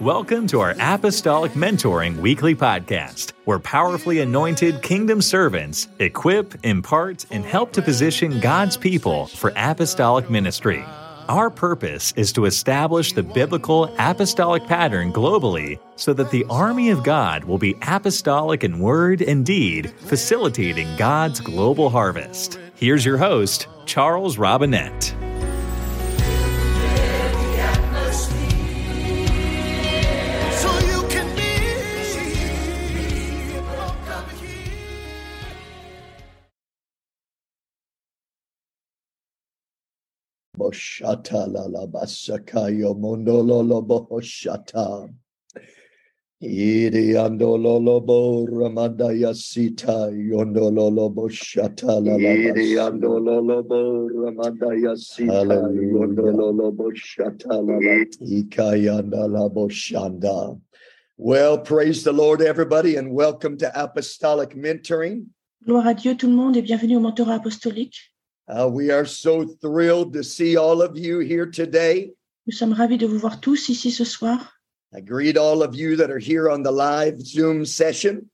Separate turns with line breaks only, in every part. Welcome to our Apostolic Mentoring Weekly Podcast, where powerfully anointed kingdom servants equip, impart, and help to position God's people for apostolic ministry. Our purpose is to establish the biblical apostolic pattern globally so that the army of God will be apostolic in word and deed, facilitating God's global harvest. Here's your host, Charles Robinette.
Boshata la la basakayo mondolo lo bohoshata. Iri andolo lo bo ramanda yasita yondolo lo boshata la la
Iri
basakayo.
andolo lobo ramanda yasita
Hallelujah.
yondolo lobo shata laba.
Ikayanda la boshanda. Well, praise the Lord, everybody, and welcome to Apostolic Mentoring.
Gloire à Dieu tout le monde et bienvenue au mentorat apostolique.
Uh, we are so thrilled to see all of you here today.
Nous sommes ravis de vous voir tous ici ce soir.
I greet all of you that are here on the live Zoom session.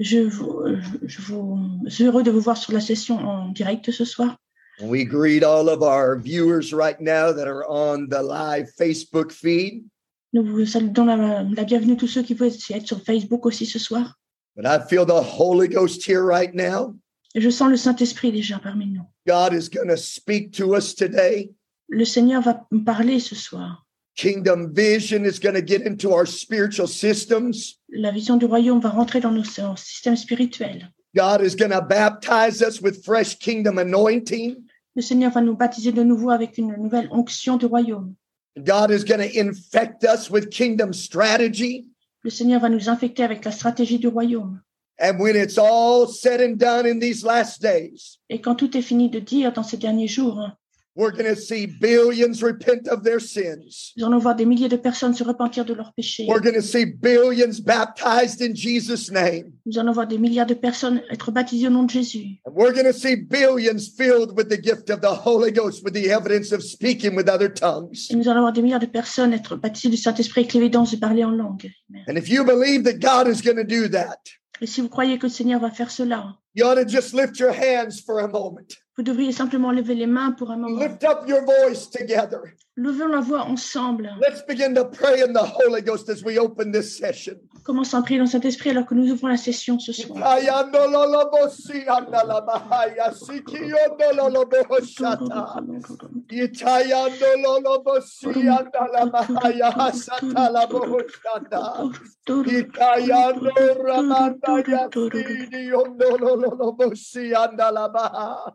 Je vous, euh, je vous je suis heureux de vous voir sur la session en direct ce soir.
And we greet all of our viewers right now that are on the live Facebook feed.
Nous vous donnons la, la bienvenue tous ceux qui peuvent être sur Facebook aussi ce soir.
But I feel the Holy Ghost here right now.
Et Je sens le Saint-Esprit déjà parmi nous.
God is going to speak to us today.
Le Seigneur va me parler ce soir.
Kingdom vision is going to get into our spiritual systems.
La vision du royaume va rentrer dans nos dans nos systèmes spirituels.
God is going to baptize us with fresh kingdom anointing.
Le Seigneur va nous baptiser de nouveau avec une nouvelle onction du royaume.
God is going to infect us with kingdom strategy.
Le Seigneur va nous infecter avec la stratégie du royaume.
And when it's all said and done in these last days,
Et quand tout est fini de dire dans ces derniers jours, hein,
we're going to see billions repent of their sins.
Nous allons voir des milliers de personnes se repentir de leurs péchés.
We're going to see billions baptized in Jesus' name.
Nous allons voir des milliards de personnes être baptisées au nom de Jésus.
And we're going to see billions filled with the gift of the Holy Ghost with the evidence of speaking with other tongues.
Et nous allons voir des milliards de personnes être baptisées du Saint-Esprit avec l'évidence de parler en langue. Amen.
And if you believe that God is going to do that,
Et si vous croyez que le Seigneur va faire cela,
you ought to just lift your hands for a moment.
vous devriez simplement lever les mains pour un moment.
Lift up your voice together.
Levons la voix ensemble.
Let's begin to pray in the Holy Ghost as we open this session.
Commençons à prier dans le Saint-Esprit alors que nous ouvrons la session ce soir.
Itayandololobosiandalabahayasikiondololoboshiandalabahayahasatalabohoshanda. Ikayandorabandayasidiondololobosiandalabaha.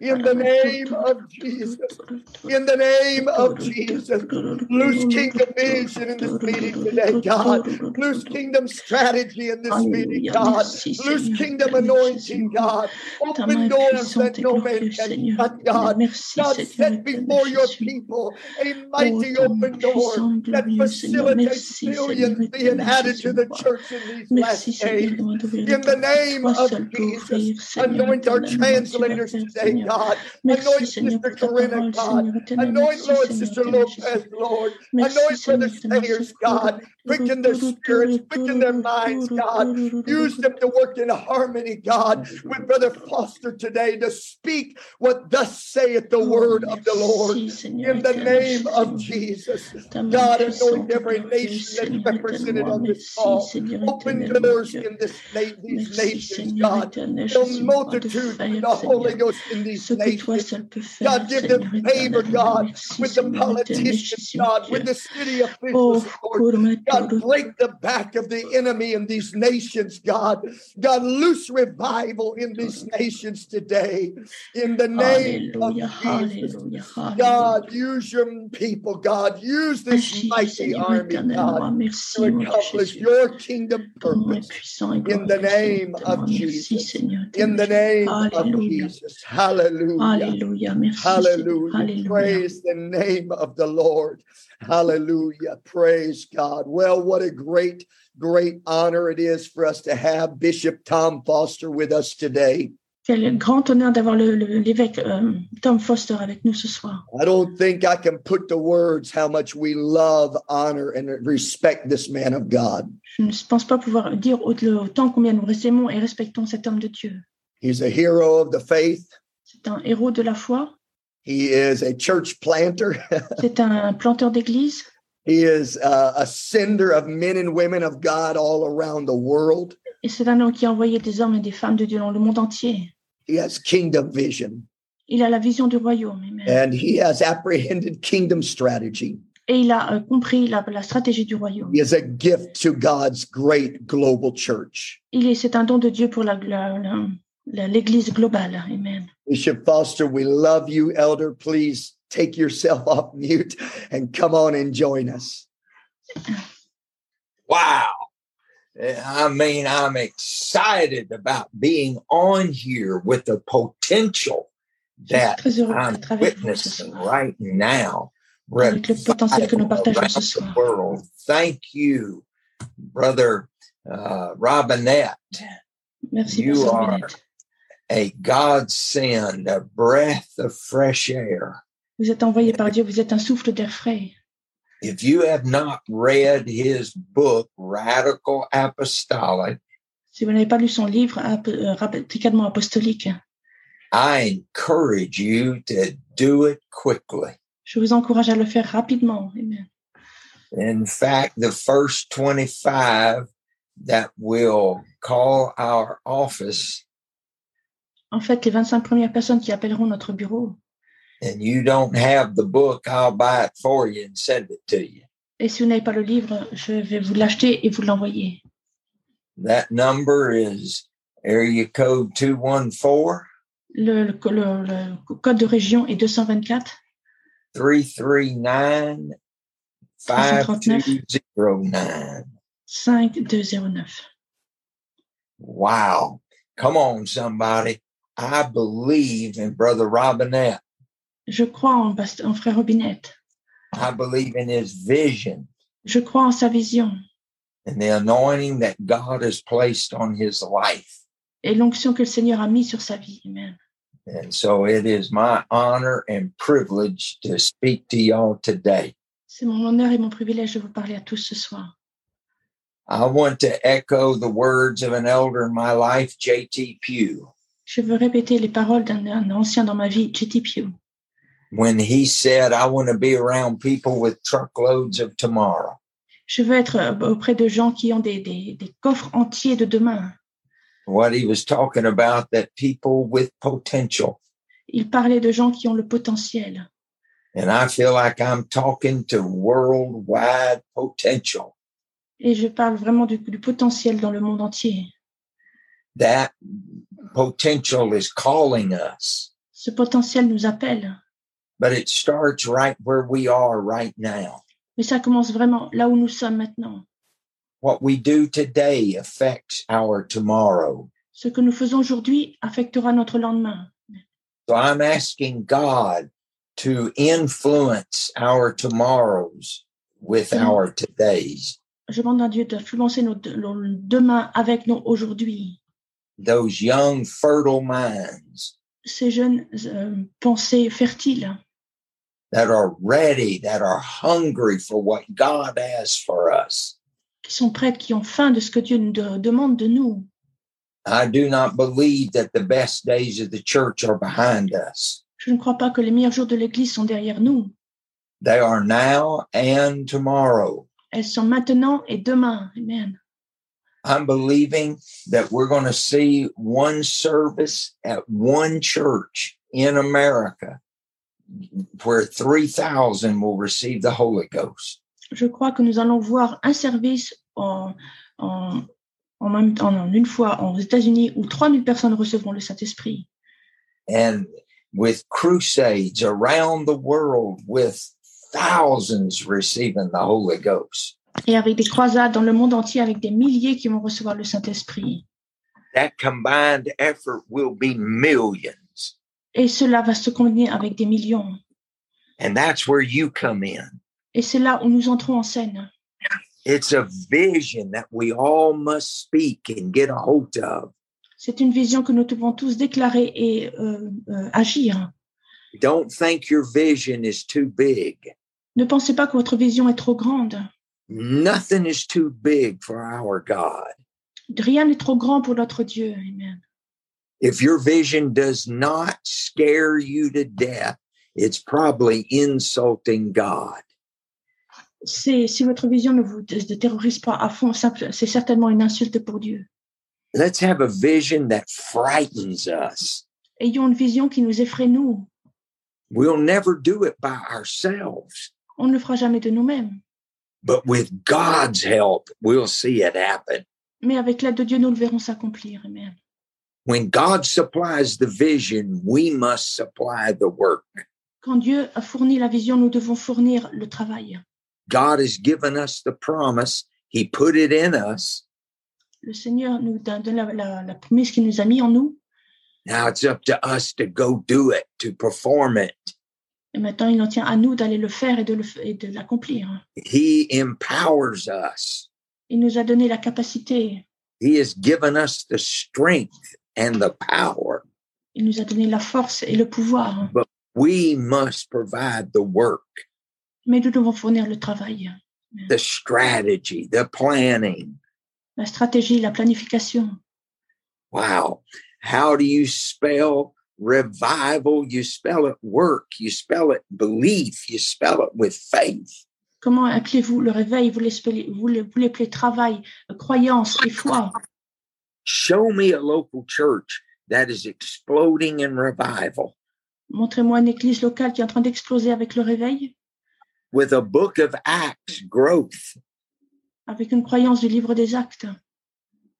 In the name of Jesus, in the name of Jesus, loose kingdom vision in this meeting today, God. Loose kingdom strategy in this meeting,
Alléluia,
God.
merci
Loose
Seigneur,
kingdom
merci,
anointing,
Seigneur.
God.
Ta
Open
main est
doors that
puissante et
no man
glorieuse,
can
Seigneur.
shut, God.
Merci,
God,
Seigneur,
set
éternel
before your
Jésus.
people a
Oh,
mighty
ta main
open door
puissante,
that
glorieuse, Seigneur.
facilitates
Merci, Seigneur,
billions being
éternel
added
Jésus,
to
mon
the
roi.
church in these
Merci,
last
Seigneur,
days.
loin d'ouvrir les
In the
portes à
name
toi
of
seul pour
Jesus,
ouvrir, Seigneur,
anoint our
éternellement, tu vas
translators
faire,
today,
Seigneur.
God.
Merci,
Anoint
Seigneur,
Sister
pour ta
Corinna,
parole,
God.
Seigneur, éternel.
Anoint,
Merci,
Lord,
Seigneur,
Sister
éternel Jésus.
Lopez, Lord.
Merci,
Anoint Brother
Seigneur, éternel
Sayers,
secours.
God. Quicken their spirits, quicken their minds, God. Use them to work in harmony, God, with Brother Foster today to speak what thus saith the
Oh,
word of the Lord.
merci, Seigneur,
In the
éternel
name of
Jésus.
Jesus,
Ta main
God, anoint
puissante et
every
glorieuse,
nation that's
Seigneur éternel,
represented on this
merci,
call.
Seigneur
Open
éternel, mon
doors
Dieu.
in this na- these
Merci,
nations,
Seigneur
God.
éternel
The
Jésus, mon roi de
multitude with
fer,
the Holy
Seigneur.
Ghost in these
Ce que toi
nations.
seul peux faire,
God, give them
Seigneur
favor,
éternel.
God,
Merci,
with the
Seigneur éternel
politicians,
Jésus, mon
God,
Dieu.
with the city
Oh,
officials, Lord. God,
Kurmatoro,
break the back of the enemy in these nations, God. God, loose revival in these nations today. In the name of
Alléluia,
Jesus.
Alléluia, Alléluia.
God, use your people, God. Use this
Merci,
mighty
Seigneur
army,
éternel, mon
God,
roi.
to
Merci, mon Dieu
accomplish
Jésus.
your kingdom
Ton nom est
purpose
puissant et
in the
glorieux, Seigneur
name
éternel.
of
Merci,
Jesus.
Seigneur
In
éternel
the
Jésus.
name of
Alléluia.
Jesus. Hallelujah.
Alléluia, merci Seigneur,
Hallelujah.
Alléluia.
Praise the name of the Lord. Hallelujah. Praise God. Well, what a great, great honor it is for us to have Bishop Tom Foster with us today.
Quel grand honneur d'avoir le- le- l'évêque euh, Tom Foster avec nous ce soir.
I don't think I can put to words how much we love, honor, and respect this man of God.
Je ne pense pas pouvoir dire au- autant combien nous respectons et respectons cet homme de Dieu.
He's a hero of the faith.
C'est un héros de la foi,
He is a church planter.
c'est un planteur d'église,
He is uh, a sender of men and women of God all around the world.
et c'est un homme qui a envoyé des hommes et des femmes de Dieu dans le monde entier.
He has kingdom vision
Il a la vision du royaume, amen.
and he has apprehended kingdom strategy.
et il a euh, compris la, la stratégie du royaume.
He is a gift to God's great global church.
Il est, c'est un don de Dieu pour la- la- la- la- l'Église globale. Amen.
Bishop Foster, we love you, elder. Please take yourself off mute and come on and join us.
Wow. Eh, I mean, I'm excited about being on here with the potential
Je suis
that
très heureux
I'm
d'être avec vous ce
witnessing
soir.
right now.
Avec le potentiel que nous
revival
partageons ce soir.
around the world. Thank you, Brother uh, Robinette,
Merci,
You
Pasteur
are-
Bennett.
a godsend, a breath of fresh air.
Vous êtes envoyé par Dieu, vous êtes un souffle d'air frais.
If you have not read his book, Radical Apostolic,
Si vous n'avez pas lu son livre, ap- euh, Radicament apostolique,
I encourage you to do it quickly.
je vous encourage à le faire rapidement. Amen.
In fact, the first 25 that will call our office,
En fait, les 25 premières personnes qui appelleront notre bureau,
and you don't have the book, I'll buy it for you and send it to you.
et si vous n'avez pas le livre, je vais vous l'acheter et vous l'envoyer.
That number is area code 214
Le, le- le- le code de région est 224.
339 5209.
5209.
Wow. Come on, somebody. I believe in Brother Robinette.
Je crois en, past- en frère Robinette.
I believe in his vision
Je crois en sa vision
and the anointing that God has placed on his life.
et l'onction que le Seigneur a mise sur sa vie. Amen.
And so it is my honor and privilege to speak to y'all today.
C'est mon honneur et mon privilège de vous parler à tous ce soir.
I want to echo the words of an elder in my life, J.T. Pugh,
Je veux répéter les paroles d'un d'un ancien dans ma vie, J.T. Pugh.
when he said, I want to be around people with truckloads of tomorrow.
Je veux être euh, auprès de gens qui ont des, des- des coffres entiers de demain.
What he was talking about, that people with potential.
Il parlait de gens qui ont le potentiel.
And I feel like I'm talking to worldwide potential.
Et je parle vraiment du, du potentiel dans le monde entier.
That potential is calling us,
Ce potentiel nous appelle.
but it starts right where we are right now.
Mais ça commence vraiment là où nous sommes maintenant.
What we do today affects our tomorrow.
Ce que nous faisons aujourd'hui affectera notre lendemain.
So I'm asking God to influence our tomorrows with
Mhm.
our todays,
Je demande à Dieu d'influencer nos de- nos demain avec nos aujourd'hui.
those young, fertile minds
Ces jeunes euh, pensées fertiles
that are ready, that are hungry for what God has for us.
qui sont prêtes, qui ont faim de ce que Dieu nous de- demande de nous.
I do not believe that the best days of the church are behind us.
Je ne crois pas que les meilleurs jours de l'Église sont derrière nous.
They are now and tomorrow.
Elles sont maintenant et demain. Amen.
I'm believing that we're going to see one service at one church in America where 3,000 will receive the Holy Ghost.
Je crois que nous allons voir un service en, en, en même temps, en une fois aux États-Unis où 3000 personnes recevront le Saint-Esprit.
And with crusades around the world, with thousands receiving the Holy Ghost.
Et avec des croisades dans le monde entier, avec des milliers qui vont recevoir le Saint-Esprit.
That combined effort will be millions.
Et cela va se combiner avec des millions.
And that's where you come in.
Et c'est là où nous entrons en scène.
It's a vision that we all must speak and get a hold of.
C'est une vision que nous devons tous déclarer et euh, euh, agir.
Don't think your vision is too big.
Ne pensez pas que votre vision est trop grande.
Nothing is too big for our God.
Rien n'est trop grand pour notre Dieu. Amen.
If your vision does not scare you to death, it's probably insulting God.
C'est- Si votre vision ne vous t- ne terrorise pas à fond, simple- c'est certainement une insulte pour Dieu.
Let's have a vision that frightens us.
Ayons une vision qui nous effraie, nous.
We'll never do it by ourselves,
On ne le fera jamais de nous-mêmes.
but with God's help, we'll see it happen.
Mais avec l'aide de Dieu, nous le verrons s'accomplir. Amen.
When God supplies the vision, we must supply the work.
Quand Dieu a fourni la vision, nous devons fournir le travail.
God has given us the promise, He put it in us.
Le Seigneur nous donne donne la, la- la promesse qu'il nous a mis en nous.
Now it's up to us to go do it, to perform it.
Et maintenant, il en tient à nous d'aller le faire et de le f- et de l'accomplir.
He empowers us.
Il nous a donné la capacité.
He has given us the strength and the power.
Il nous a donné la force et le pouvoir.
We must provide the work,
Mais nous devons fournir le travail,
the strategy, the planning.
la stratégie, la planification.
Wow. How do you spell revival? You spell it work, you spell it belief, you spell it with faith.
Comment appelez-vous le réveil Vous l'appelez vous le- vous l'appelez travail, euh, croyance et foi.
Show me a local church that is exploding in revival
Montrez-moi une église locale qui est en train d'exploser avec le réveil,
with a book of Acts growth.
avec une croyance du livre des actes,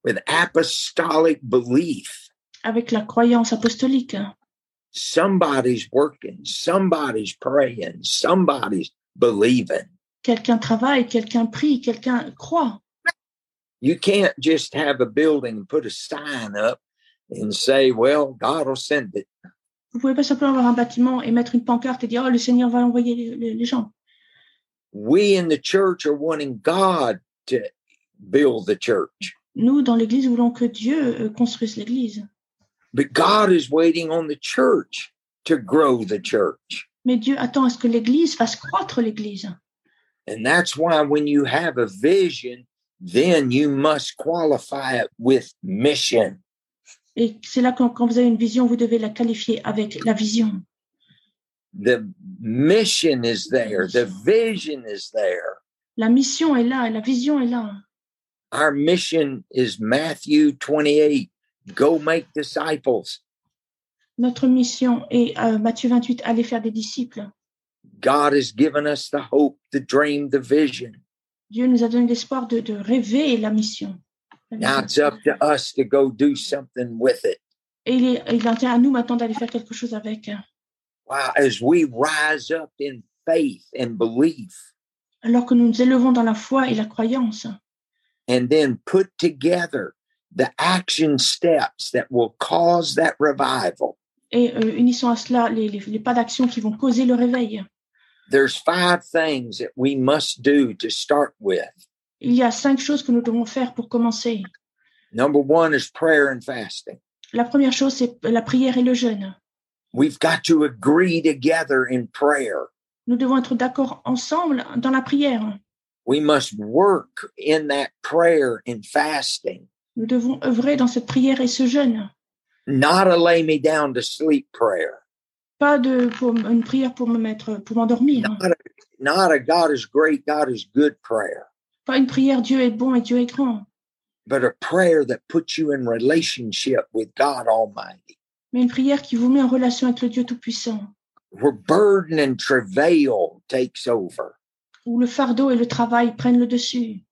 with apostolic belief.
avec la croyance apostolique.
Somebody's working, somebody's praying, somebody's believing.
Quelqu'un travaille, quelqu'un prie, quelqu'un croit.
You can't just have a building and put a sign up and say, well, God will send it.
Vous pouvez pas simplement avoir un bâtiment et mettre une pancarte et dire oh le Seigneur va envoyer les, les- les gens.
We in the church are wanting God to build the church,
Nous dans l'Église voulons que Dieu euh, construise l'Église,
but God is waiting on the church to grow the church.
mais Dieu attend à ce que l'Église fasse croître l'Église.
And that's why when you have a vision, then you must qualify it with mission.
Et c'est là quand, quand vous avez une vision, vous devez la qualifier avec la vision.
the mission is there the vision is there
La mission est là, la vision est là.
our mission is matthew 28 go make disciples
Notre mission est euh, Matthieu 28, aller faire des disciples.
god has given us the hope the dream the vision
Dieu nous a donné l'espoir de, de rêver la mission.
now it's up to us to go do something with it
Et il, est, il en tient à nous maintenant d'aller faire quelque chose avec.
wow as we rise up in faith and belief
Alors que nous nous élevons dans la foi et la croyance.
and then put together the action steps that will cause that revival
Et euh, unissons à cela les, les- les pas d'action qui vont causer le réveil.
there's five things that we must do to start with
Il y a cinq choses que nous devons faire pour commencer.
Number one is prayer and fasting.
La première chose, c'est la prière et le jeûne.
We've got to agree together in prayer.
Nous devons être d'accord ensemble dans la prière.
We must work in that prayer and fasting,
Nous devons œuvrer dans cette prière et ce jeûne.
not a lay me down to sleep prayer,
Pas de pour, une prière pour me mettre, pour m'endormir. hein.
not a, not a God is great, God is good prayer,
Pas une prière Dieu est bon et Dieu est grand,
but a prayer that puts you in relationship with God Almighty.
mais une prière qui vous met en relation avec le Dieu Tout-Puissant,
Where burden and travail takes over.
où le fardeau et le travail prennent le dessus.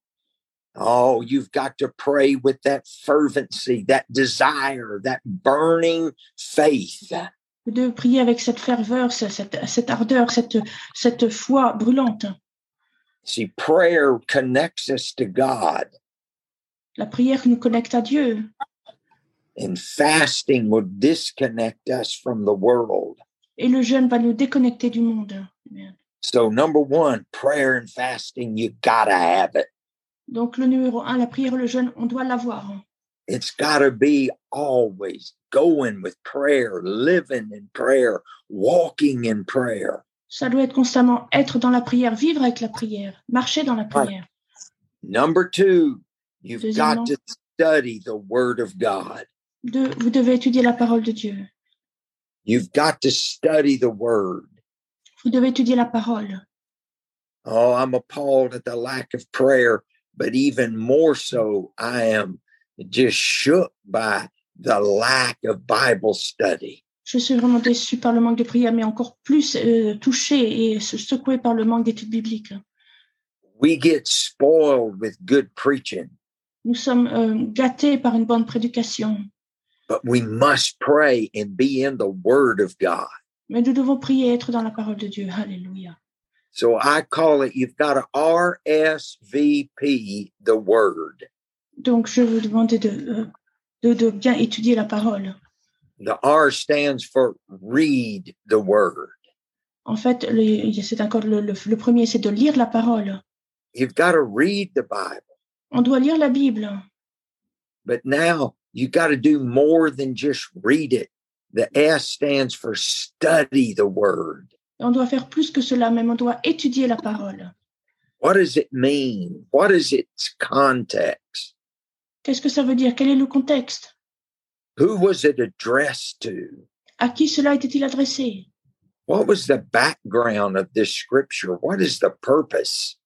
Oh, you've got to pray with that fervency, that desire, that burning faith.
Vous devez prier avec cette ferveur, ce- cette, cette ardeur, cette, cette foi brûlante.
See, prayer connects us to God,
La prière nous connecte à Dieu
and fasting will disconnect us from the world.
et le jeûne va nous déconnecter du monde.
So, number one, prayer and fasting, you gotta have it.
Donc le numéro un, la prière et le jeûne, on doit l'avoir.
it's got to be always going with prayer, living in prayer, walking in prayer,
Ça doit être constamment être dans la prière, vivre avec la prière, marcher dans la prière.
Number two, you've got
Deuxièmement.
to study the Word of God.
Deux, vous devez étudier la parole de Dieu.
You've got to study the Word.
Vous devez étudier la parole.
Oh, I'm appalled at the lack of prayer, but even more so, I am just shook by the lack of Bible study.
Je suis vraiment déçue par le manque de prière, mais encore plus euh, touchée et se- secouée par le manque d'études bibliques.
We get spoiled with good preaching,
Nous sommes euh, gâtés par une bonne prédication,
but we must pray and be in the Word of God.
mais nous devons prier et être dans la parole de Dieu. Alléluia.
So I call it, you've got to RSVP the Word.
Donc, je vais vous demander de, euh, de, de bien étudier la parole.
The R stands for read the Word.
En fait, le- c'est encore le, le- le premier, c'est de lire la parole.
You've got to read the Bible.
On doit lire la Bible,
But now you got to do more than just read it. The S stands for study the word.
on doit faire plus que cela, même on doit étudier la parole.
What does it mean? What is its context?
Qu'est-ce que ça veut dire Quel est le contexte
Who was it addressed to?
À qui cela était-il adressé
What was the background of this scripture? What is the purpose?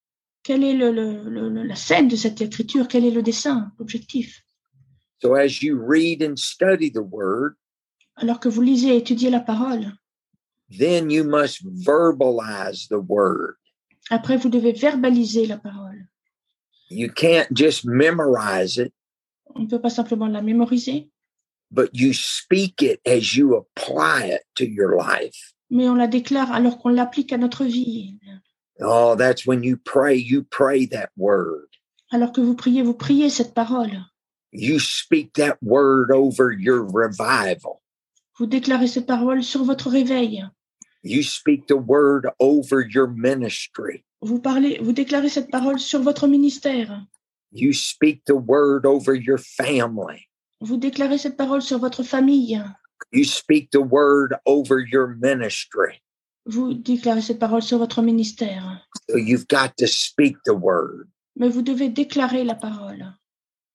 Quelle est le- le- le- le- la scène de cette écriture Quel est le dessin, l'objectif
So, as you read and study the word,
Alors que vous lisez et étudiez la parole,
then you must verbalize the word.
après vous devez verbaliser la parole.
You can't just memorize it,
On ne peut pas simplement la mémoriser,
but you speak it as you apply it to your life.
mais on la déclare alors qu'on l'applique à notre vie.
Oh, that's when you pray, you pray that word.
Alors que vous priez, vous priez cette parole.
You speak that word over your revival.
Vous déclarez cette parole sur votre réveil.
You speak the word over your ministry.
Vous parlez, vous déclarez cette parole sur votre ministère.
You speak the word over your family.
Vous déclarez cette parole sur votre famille.
You speak the word over your ministry.
Vous déclarez cette parole sur votre ministère.
So you've got to speak the word.
Mais vous devez déclarer la parole.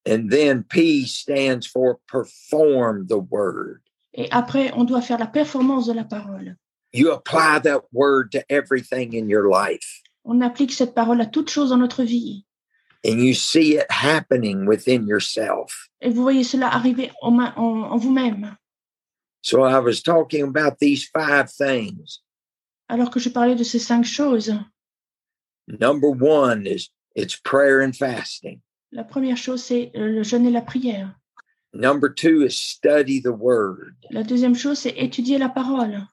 And then P stands for perform the word.
Et après, on doit faire la performance de la parole.
You apply that word to everything in your life
On applique cette parole à toute chose dans notre vie.
and you see it happening within yourself.
Et vous voyez cela arriver en, main- en- en vous-même.
So I was talking about these five things.
Alors que je parlais de ces cinq choses,
Number one is it's prayer and fasting.
la première chose, c'est euh, le jeûne et la prière.
Number two is study the word.
La deuxième chose, c'est étudier la parole.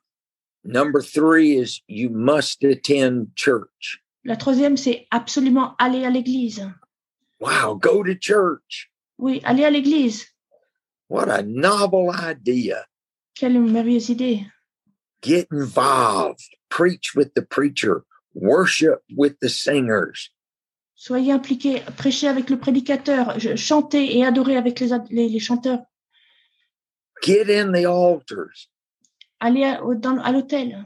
Number three is you must attend church.
La troisième, c'est absolument aller à l'église.
Wow, go to church.
Oui, aller à l'église.
What a novel idea.
Quelle merveilleuse idée.
Get involved, preach with the preacher, worship with the singers.
Soyez impliqués, prêchez avec le prédicateur, je- chantez et adorez avec les, ad- les- les chanteurs,
Get in the altars.
allez à, au- dans- à l'hôtel.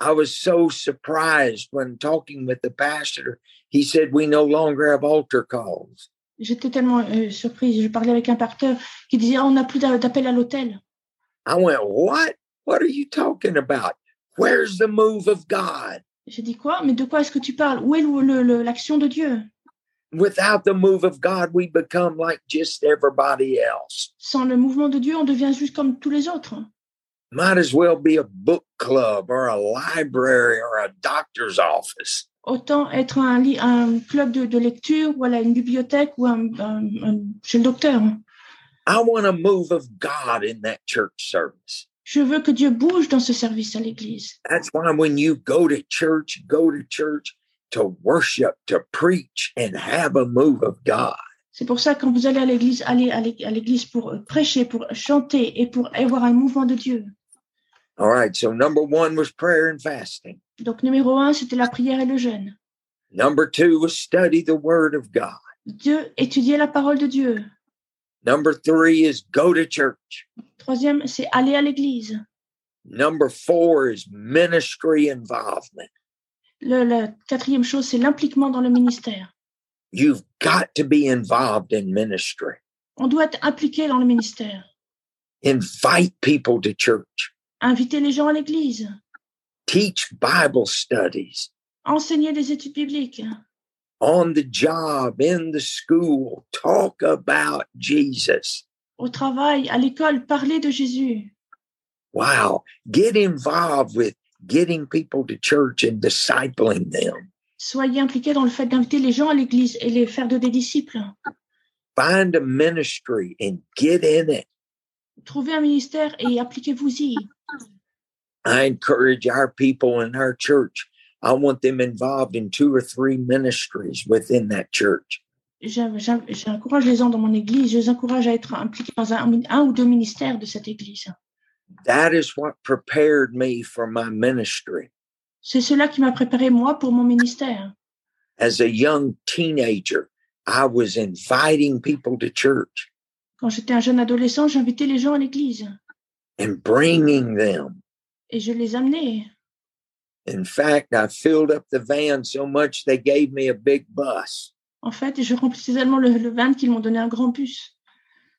I was so surprised when talking with the pastor. He said, We no longer have altar calls.
J'étais tellement euh, surprise, je parlais avec un pasteur qui disait Ah, on n'a plus d'a- d'appel à l'hôtel.
I went, What? What are you talking about? Where's the move of God?
J'ai dit quoi Mais de quoi est-ce que tu parles Où est le- le- le- l'action de Dieu
Without the move of God, we become like just everybody else.
Sans le mouvement de Dieu, on devient juste comme tous les autres.
Might as well be a book club or a library or a doctor's office.
Autant être un, li- un club de, de lecture, voilà, une bibliothèque ou un, un- un- chez le docteur.
I want a move of God in that church service.
Je veux que Dieu bouge dans ce service à l'église.
That's why when you go to church, go to church to worship, to preach, and have a move of God.
C'est pour ça quand vous allez à l'église, allez à l'é- à l'église pour euh, prêcher, pour chanter et pour avoir un mouvement de Dieu.
All right. So, number one was prayer and fasting.
Donc numéro un, c'était la prière et le jeûne.
Number two was study the word of God.
Deux, étudier la parole de Dieu.
Number three is go to church.
Troisième, c'est aller à l'église.
Number four is ministry involvement.
Le, la quatrième chose, c'est l'impliquement dans le ministère.
You've got to be involved in ministry.
On doit être impliqué dans le ministère.
Invite people to church.
Inviter les gens à l'église.
Teach Bible studies
Enseigner des études bibliques.
on the job, in the school. Talk about Jesus.
Au travail, à l'école, parler de Jésus.
Wow. Get involved with getting people to church and discipling them.
Soyez impliqués dans le fait d'inviter les gens à l'église et les faire de des disciples.
Find a ministry and get in it.
Trouvez un ministère et appliquez-vous-y.
I encourage our people in our church. I want them involved in two or three ministries within that church.
J'in- j'in- J'encourage les gens dans mon église, je les encourage à être impliqués dans un, un ou deux ministères de cette église.
That is what prepared me for my ministry.
C'est cela qui m'a préparé moi pour mon ministère.
As a young teenager, I was inviting people to church
Quand j'étais un jeune adolescent, j'invitais les gens à l'église
and bringing them
et je les amenais.
In fact, I filled up the van so much they gave me a big bus,
En fait, je remplissais tellement le, le van qu'ils m'ont donné un grand bus.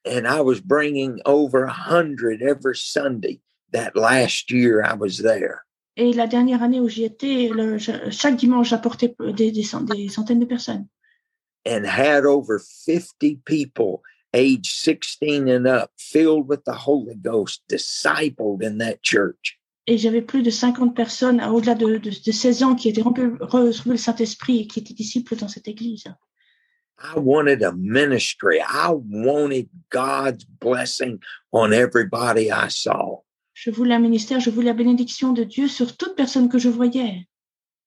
and I was bringing over a hundred every Sunday. That last year I was there.
Et la dernière année où j'y étais, le- je- chaque dimanche, j'apportais des, des cent- des centaines de personnes.
and had over 50 people age 16 and up filled with the Holy Ghost discipled in that church.
Et j'avais plus de 50 personnes à au-delà de, de- de 16 ans qui étaient remplis- reçu le Saint-Esprit et qui étaient disciples dans cette église.
I wanted a ministry. I wanted God's blessing on everybody I saw.
Je voulais un ministère, je voulais la bénédiction de Dieu sur toute personne que je voyais.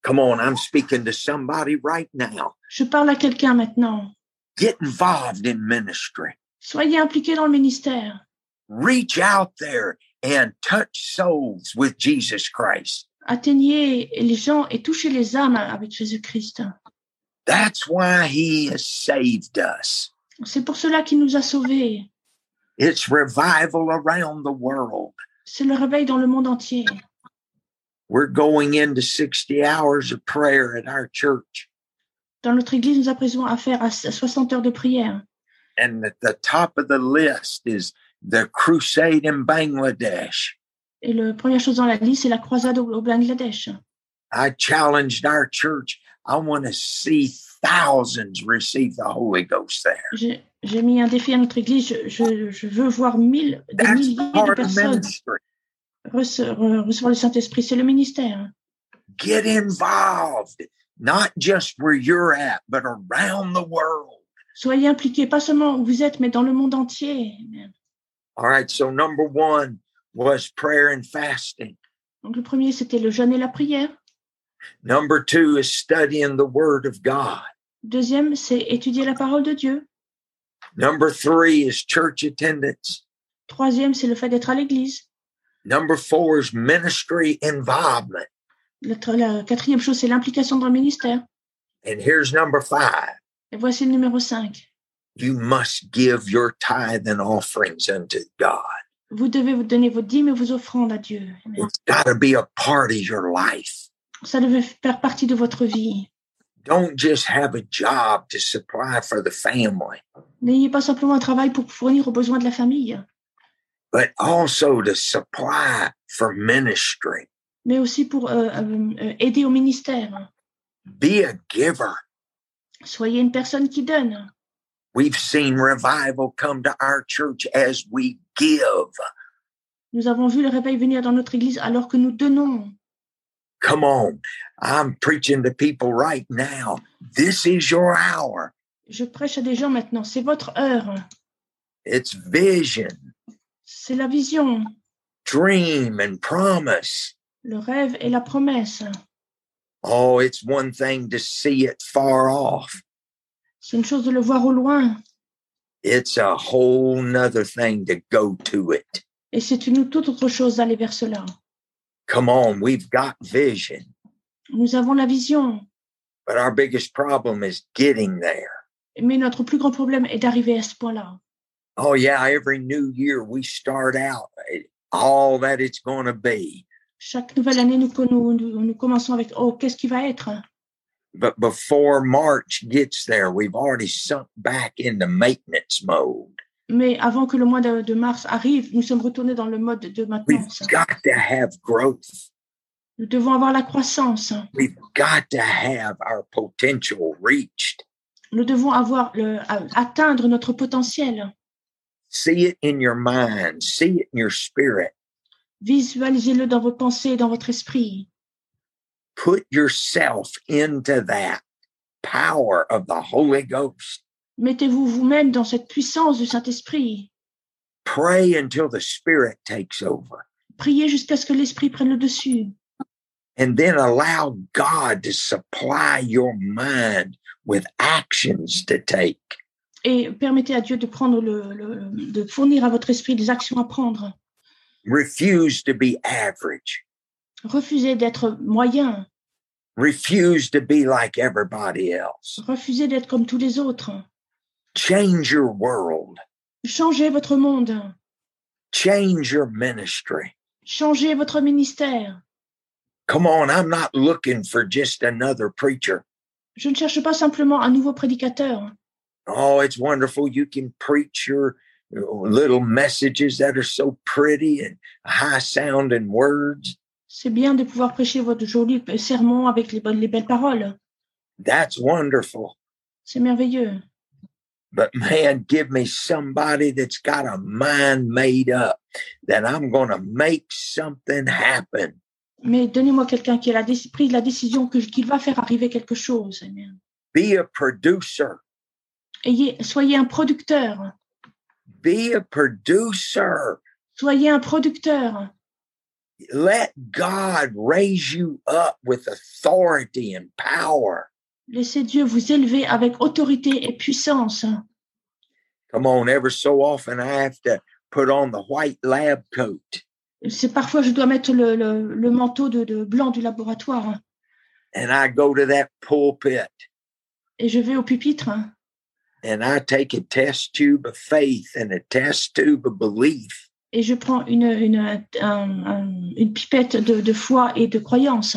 Come on, I'm speaking to somebody right now.
Je parle à quelqu'un maintenant.
Get involved in ministry.
Soyez impliqués dans le ministère.
Reach out there and touch souls with Jesus Christ.
Atteignez les gens et touchez les âmes avec Jésus-Christ.
That's why he has saved us.
C'est pour cela qu'il nous a sauvés.
It's revival around the world.
C'est le réveil dans le monde entier.
We're going into 60 hours of prayer at our church.
Dans notre église, nous apprenons à faire à 60 heures de prière.
And at the top of the list is the crusade in Bangladesh.
Et la première chose dans la liste, c'est la croisade au, au Bangladesh.
I challenged our church. I want to see thousands receive the Holy Ghost there.
J'ai j'ai mis un défi à notre église. Je, je- je veux voir mille, des
That's
milliers de
part of
personnes
ministry.
rece- re- recevoir le Saint-Esprit. C'est le ministère.
Get involved, not just where you're at, but around the world.
Soyez impliqués, pas seulement où vous êtes, mais dans le monde entier.
All right. So, number one was prayer and fasting.
Donc le premier, c'était le jeûne et la prière.
Number two is studying the Word of God.
Deuxième, c'est étudier la parole de Dieu.
Number three is church attendance.
Troisième, c'est le fait d'être à l'église.
Number four is ministry involvement.
Le tra- la quatrième chose, c'est l'implication dans le ministère.
And here's number five
Et voici le numéro 5.
you must give your tithe and offerings unto God.
Vous devez vous donner vos dîmes et vos offrandes à Dieu. Amen.
It's got to be a part of your life.
Ça devait faire partie de votre vie.
Don't just have a job to supply for the family,
N'ayez pas simplement un travail pour fournir aux besoins de la famille,
but also to supply for ministry.
mais aussi pour euh, euh, euh, aider au ministère.
Be a giver.
Soyez une personne qui donne.
We've seen revival come to our church as we give.
Nous avons vu le réveil venir dans notre église alors que nous donnons.
Come on. I'm preaching to people right now. This is your hour.
Je prêche à des gens maintenant. C'est votre heure.
It's vision,
C'est la vision,
dream, and promise.
le rêve et la promesse.
Oh, it's one thing to see it far off.
C'est une chose de le voir au loin
It's a whole nother thing to go to it.
et c'est une toute autre chose d'aller vers cela.
Come on, we've got vision,
Nous avons la vision,
but our biggest problem is getting there.
mais notre plus grand problème est d'arriver à ce point-là.
oh yeah, every new year we start out eh, all that it's going to be.
Chaque nouvelle année, nous, nous, nous- nous commençons avec Oh, qu'est-ce qui va être
But before March gets there, we've already sunk back into maintenance mode.
Mais avant que le mois de, de mars arrive, nous sommes retournés dans le mode de
We've
maintenance.
got to have growth.
Nous devons avoir la croissance.
We've got to have our potential reached.
Nous devons avoir le, à- atteindre notre potentiel.
See it in your mind, see it in your spirit.
Visualisez-le dans vos pensées, dans votre esprit.
Put yourself into that power of the Holy Ghost.
Mettez-vous vous-même dans cette puissance du Saint-Esprit.
Pray until the Spirit takes over
Priez jusqu'à ce que l'Esprit prenne le dessus.
and then allow God to supply your mind with actions to take.
Et permettez à Dieu de prendre le, le- de fournir à votre esprit des actions à prendre.
Refuse to be average.
Refusez d'être moyen.
Refuse to be like everybody else.
Refusez d'être comme tous les autres.
Change your world.
Changez votre monde.
Change your ministry.
Changez votre ministère.
Come on, I'm not looking for just another preacher.
Je ne cherche pas simplement un nouveau prédicateur.
Oh, it's wonderful. You can preach your uh, little messages that are so pretty and high sounding words.
C'est bien de pouvoir prêcher votre joli sermon avec les, bonnes, les belles paroles.
That's wonderful.
C'est merveilleux.
But man, give me somebody that's got a mind made up that I'm going to make something happen.
Mais donnez-moi quelqu'un qui a la déc- pris la décision que je- qu'il va faire arriver quelque chose. Seigneur.
Be a producer.
Ayez, soyez un producteur.
Be a producer.
Soyez un producteur.
Let God raise you up with authority and power.
Laissez Dieu vous élever avec autorité et puissance.
Come on, ever so often I have to put on the white lab coat
C'est parfois je dois mettre le, le- le manteau de, de blanc du laboratoire
and I go to that pulpit
et je vais au pupitre
and I take a test tube of faith and a test tube of belief
et je prends une, une, un- un- une pipette de, de foi et de croyance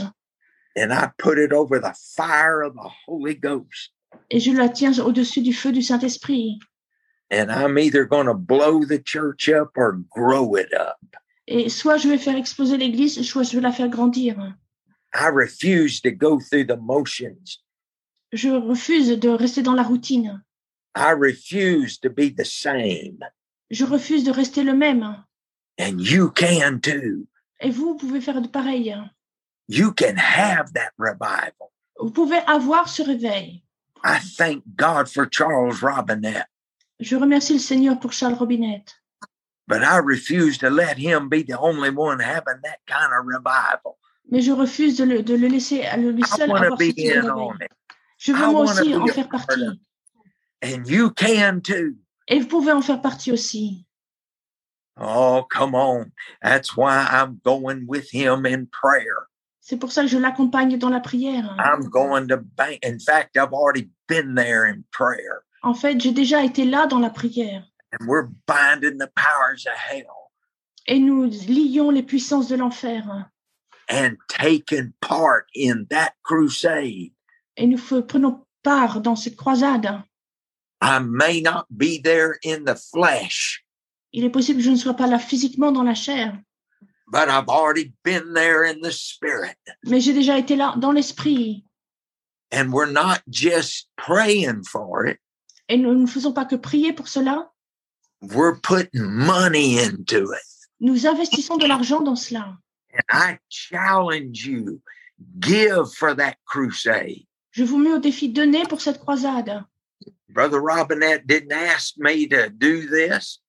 and I put it over the fire of the Holy Ghost.
et je la tiens au-dessus du feu du Saint-Esprit.
And I'm either going to blow the church up or grow it up.
Et soit je vais faire exploser l'Église, soit je vais la faire grandir.
I refuse to go through the motions.
Je refuse de rester dans la routine.
I refuse to be the same.
Je refuse de rester le même.
And you can too.
Et vous, vous pouvez faire de pareil.
You can have that revival.
Vous pouvez avoir ce réveil.
I thank God for Charles Robinette.
Je remercie le Seigneur pour Charles Robinette.
but I refuse to let him be the only one having that kind of revival.
Mais je refuse de le, de le laisser à le lui
I
seul
want
avoir
to
ce
be
type de
in
réveil.
on it,
Je
I
veux moi
wanna
aussi
be
en
a
faire
part of
partie.
it. and you can too.
Et vous pouvez en faire partie aussi.
Oh, come on. That's why I'm going with him in prayer.
C'est pour ça que je l'accompagne dans la prière.
I'm going to bank. In fact, I've already been there in prayer,
En fait, j'ai déjà été là dans la prière.
and we're binding the powers of hell
Et nous lions les puissances de l'enfer.
and taking part in that crusade.
Et nous fe- prenons part dans cette croisade.
I may not be there in the flesh,
Il est possible que je ne sois pas là physiquement dans la chair,
but I've already been there in the spirit.
mais j'ai déjà été là dans l'esprit.
And we're not just praying for it,
Et nous ne faisons pas que prier pour cela,
we're putting money into it.
nous investissons de l'argent dans cela.
And I challenge you give for that crusade.
Je vous mets au défi donné pour cette croisade.
Brother Robinette didn't ask me to do this,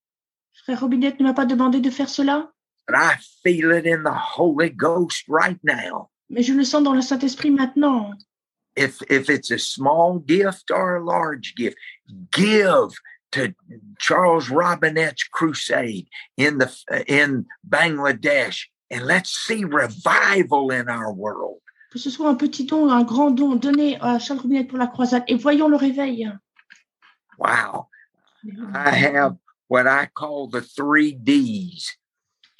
Frère Robinette ne m'a pas demandé de faire cela,
but I feel it in the Holy Ghost right now.
mais je le sens dans le Saint-Esprit maintenant.
If, if it's a small gift or a large gift, give to Charles Robinette's crusade in the in Bangladesh, and let's see revival in our world.
Que ce soit un petit don ou un grand don donné à Charles Robinette pour la croisade. Et voyons le réveil.
Wow. I have what I call the three D's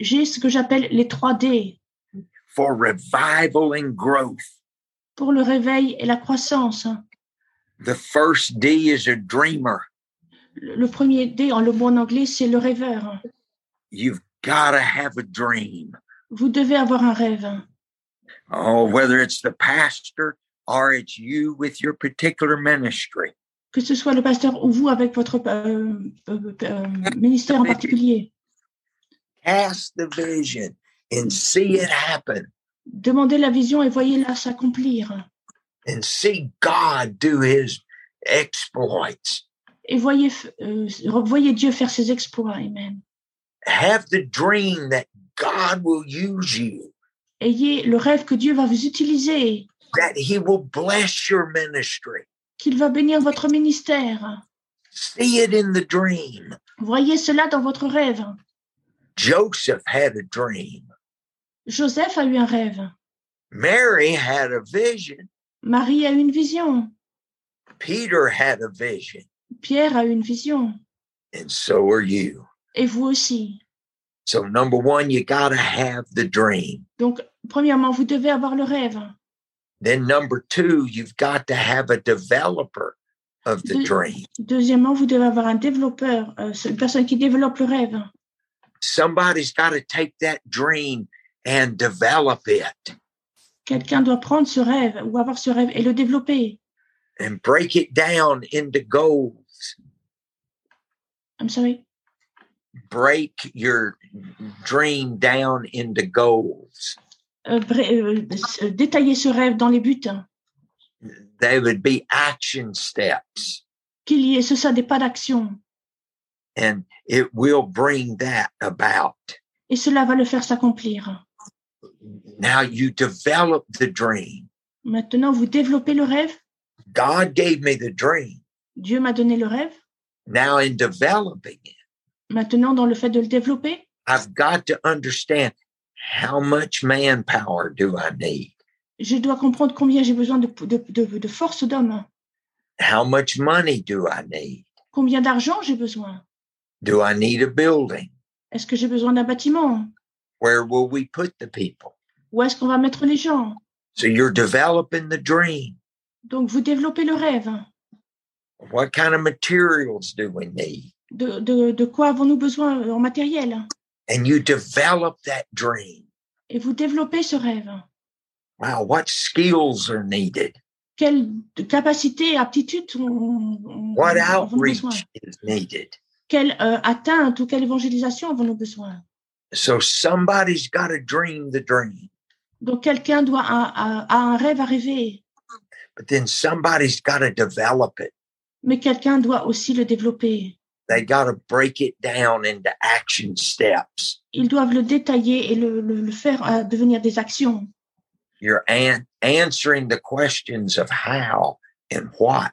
J'ai ce que j'appelle les 3D
for revival and growth.
pour le réveil et la croissance.
The first D is a dreamer.
Le le premier D, en le mot en anglais, c'est le rêveur.
You've got to have a dream.
Vous devez avoir un rêve.
Oh, whether it's the pastor or it's you with your particular ministry.
que ce soit le pasteur ou vous avec votre euh, euh, euh, ministère en particulier.
Cast the vision and see it happen
Demandez la vision et voyez-la s'accomplir.
and see God do his exploits.
Et voyez, euh, voyez Dieu faire ses exploits. Amen.
Have the dream that God will use you,
Ayez le rêve que Dieu va vous utiliser,
that he will bless your ministry.
qu'il va bénir votre ministère.
See it in the dream.
Voyez cela dans votre rêve.
Joseph had a dream.
Joseph a eu un rêve.
Mary had a vision.
Marie a eu une vision.
Peter had a vision.
Pierre a eu une vision.
And so are you.
Et vous aussi.
So, number one, you got to have the dream.
Donc, premièrement, vous devez avoir le rêve.
Then, number two, you've got to have a developer of the
Do-
dream,
Deuxièmement, vous devez avoir un développeur, euh, c'est une personne qui développe le rêve.
somebody's got to take that dream and develop it
Quelqu'un doit prendre ce rêve ou avoir ce rêve et le développer.
and break it down into goals.
I'm sorry.
Break your dream down into goals.
Euh, bra- euh, s- euh, détailler ce rêve dans les buts, hein.
They would be action steps.
qu'il y ait ce ça des pas d'action.
and it will bring that about.
Et cela va le faire s'accomplir.
Now you develop the dream.
Maintenant, vous développez le rêve.
God gave me the dream.
Dieu m'a donné le rêve.
Now, in developing it,
Maintenant, dans le fait de le développer,
I've got to understand how much manpower do I need?
je dois comprendre combien j'ai besoin de, de, de- de force d'homme.
How much money do I need?
Combien d'argent j'ai besoin
Do I need a building?
Est-ce que j'ai besoin d'un bâtiment
Where will we put the people?
Où est-ce qu'on va mettre les gens
So you're developing the dream.
Donc, vous développez le rêve.
What kind of materials do we need?
De, de- de quoi avons-nous besoin euh, en matériel
And you develop that dream.
et vous développez ce rêve.
Wow, what skills are needed?
Quelles capacités et aptitudes ont- ont-
What
avons-nous
outreach
besoin
is needed?
Quelle euh, atteinte ou quelle évangélisation avons-nous besoin
So somebody's got to dream the dream,
Donc quelqu'un doit a, a- a un rêve à rêver,
but then somebody's got to develop it.
mais quelqu'un doit aussi le développer.
They got to break it down into action steps.
Ils doivent le détailler et le, le- le faire euh, devenir des actions.
You're an- answering the questions of how and what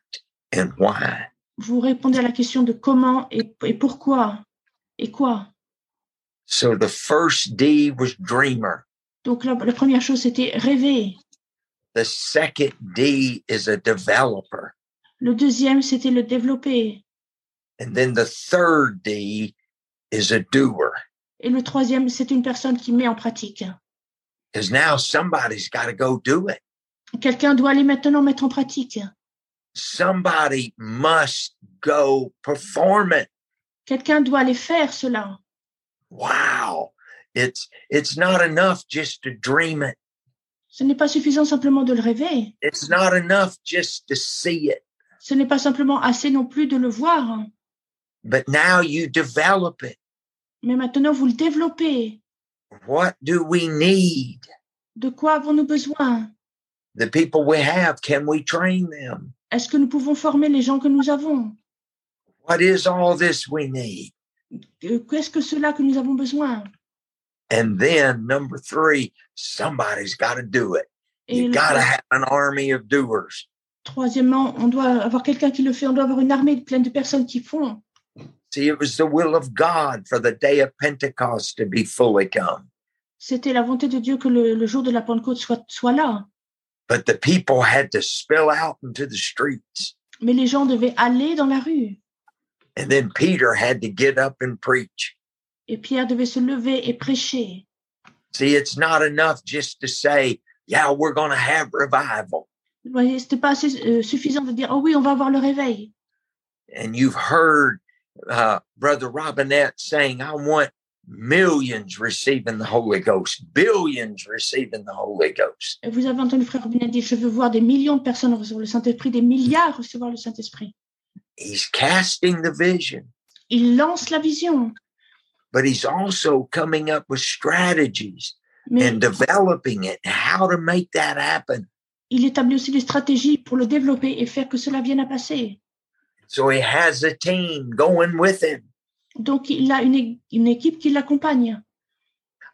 and why.
Vous répondez à la question de comment et, et pourquoi et quoi.
So the first D was dreamer.
Donc la, la première chose, c'était rêver.
The second D is a developer.
Le deuxième, c'était le développer.
And then the third D is a doer.
Et le troisième, c'est une personne qui met en pratique.
Because now somebody's got to go do it.
Quelqu'un doit aller maintenant mettre en pratique.
somebody must go perform it
Quelqu'un doit aller faire cela.
wow it's it's not enough just to dream it
Ce n'est pas suffisant simplement de le rêver.
it's not enough just to see it
Ce n'est pas simplement assez non plus de le voir.
but now you develop it
Mais maintenant, vous le développez.
what do we need
De quoi avons-nous besoin
the people we have can we train them
Est-ce que nous pouvons former les gens que nous avons
what is all this we need
Euh, Qu'est-ce que cela que nous avons besoin
and then number three somebody's got to do it
Et
you
le-
got to have an army of doers
troisièmement, on doit avoir quelqu'un qui le fait. On doit avoir une armée pleine de personnes qui font.
see it was the will of god for the day of pentecost to be fully come
C'était la volonté de Dieu que le, le jour de la Pentecôte soit, soit là.
but the people had to spill out into the streets.
Mais les gens devaient aller dans la rue.
And then Peter had to get up and preach.
Et Pierre devait se lever et prêcher.
See, it's not enough just to say, yeah, we're going to have revival.
Vous voyez, C'était pas assez euh, suffisant de dire, oh oui, on va avoir le réveil.
And you've heard uh, Brother Robinette saying, I want millions receiving the Holy Ghost, billions receiving the Holy Ghost.
Et Vous avez entendu frère Robinet dire, je veux voir des millions de personnes recevoir le Saint-Esprit, des milliards recevoir le Saint-Esprit.
He's casting the vision,
Il lance la vision,
but he's also coming up with strategies
mais
and developing it, how to make that happen.
il établit aussi des stratégies pour le développer et faire que cela vienne à passer.
So he has a team going with him.
Donc, il a une, é- une équipe qui l'accompagne.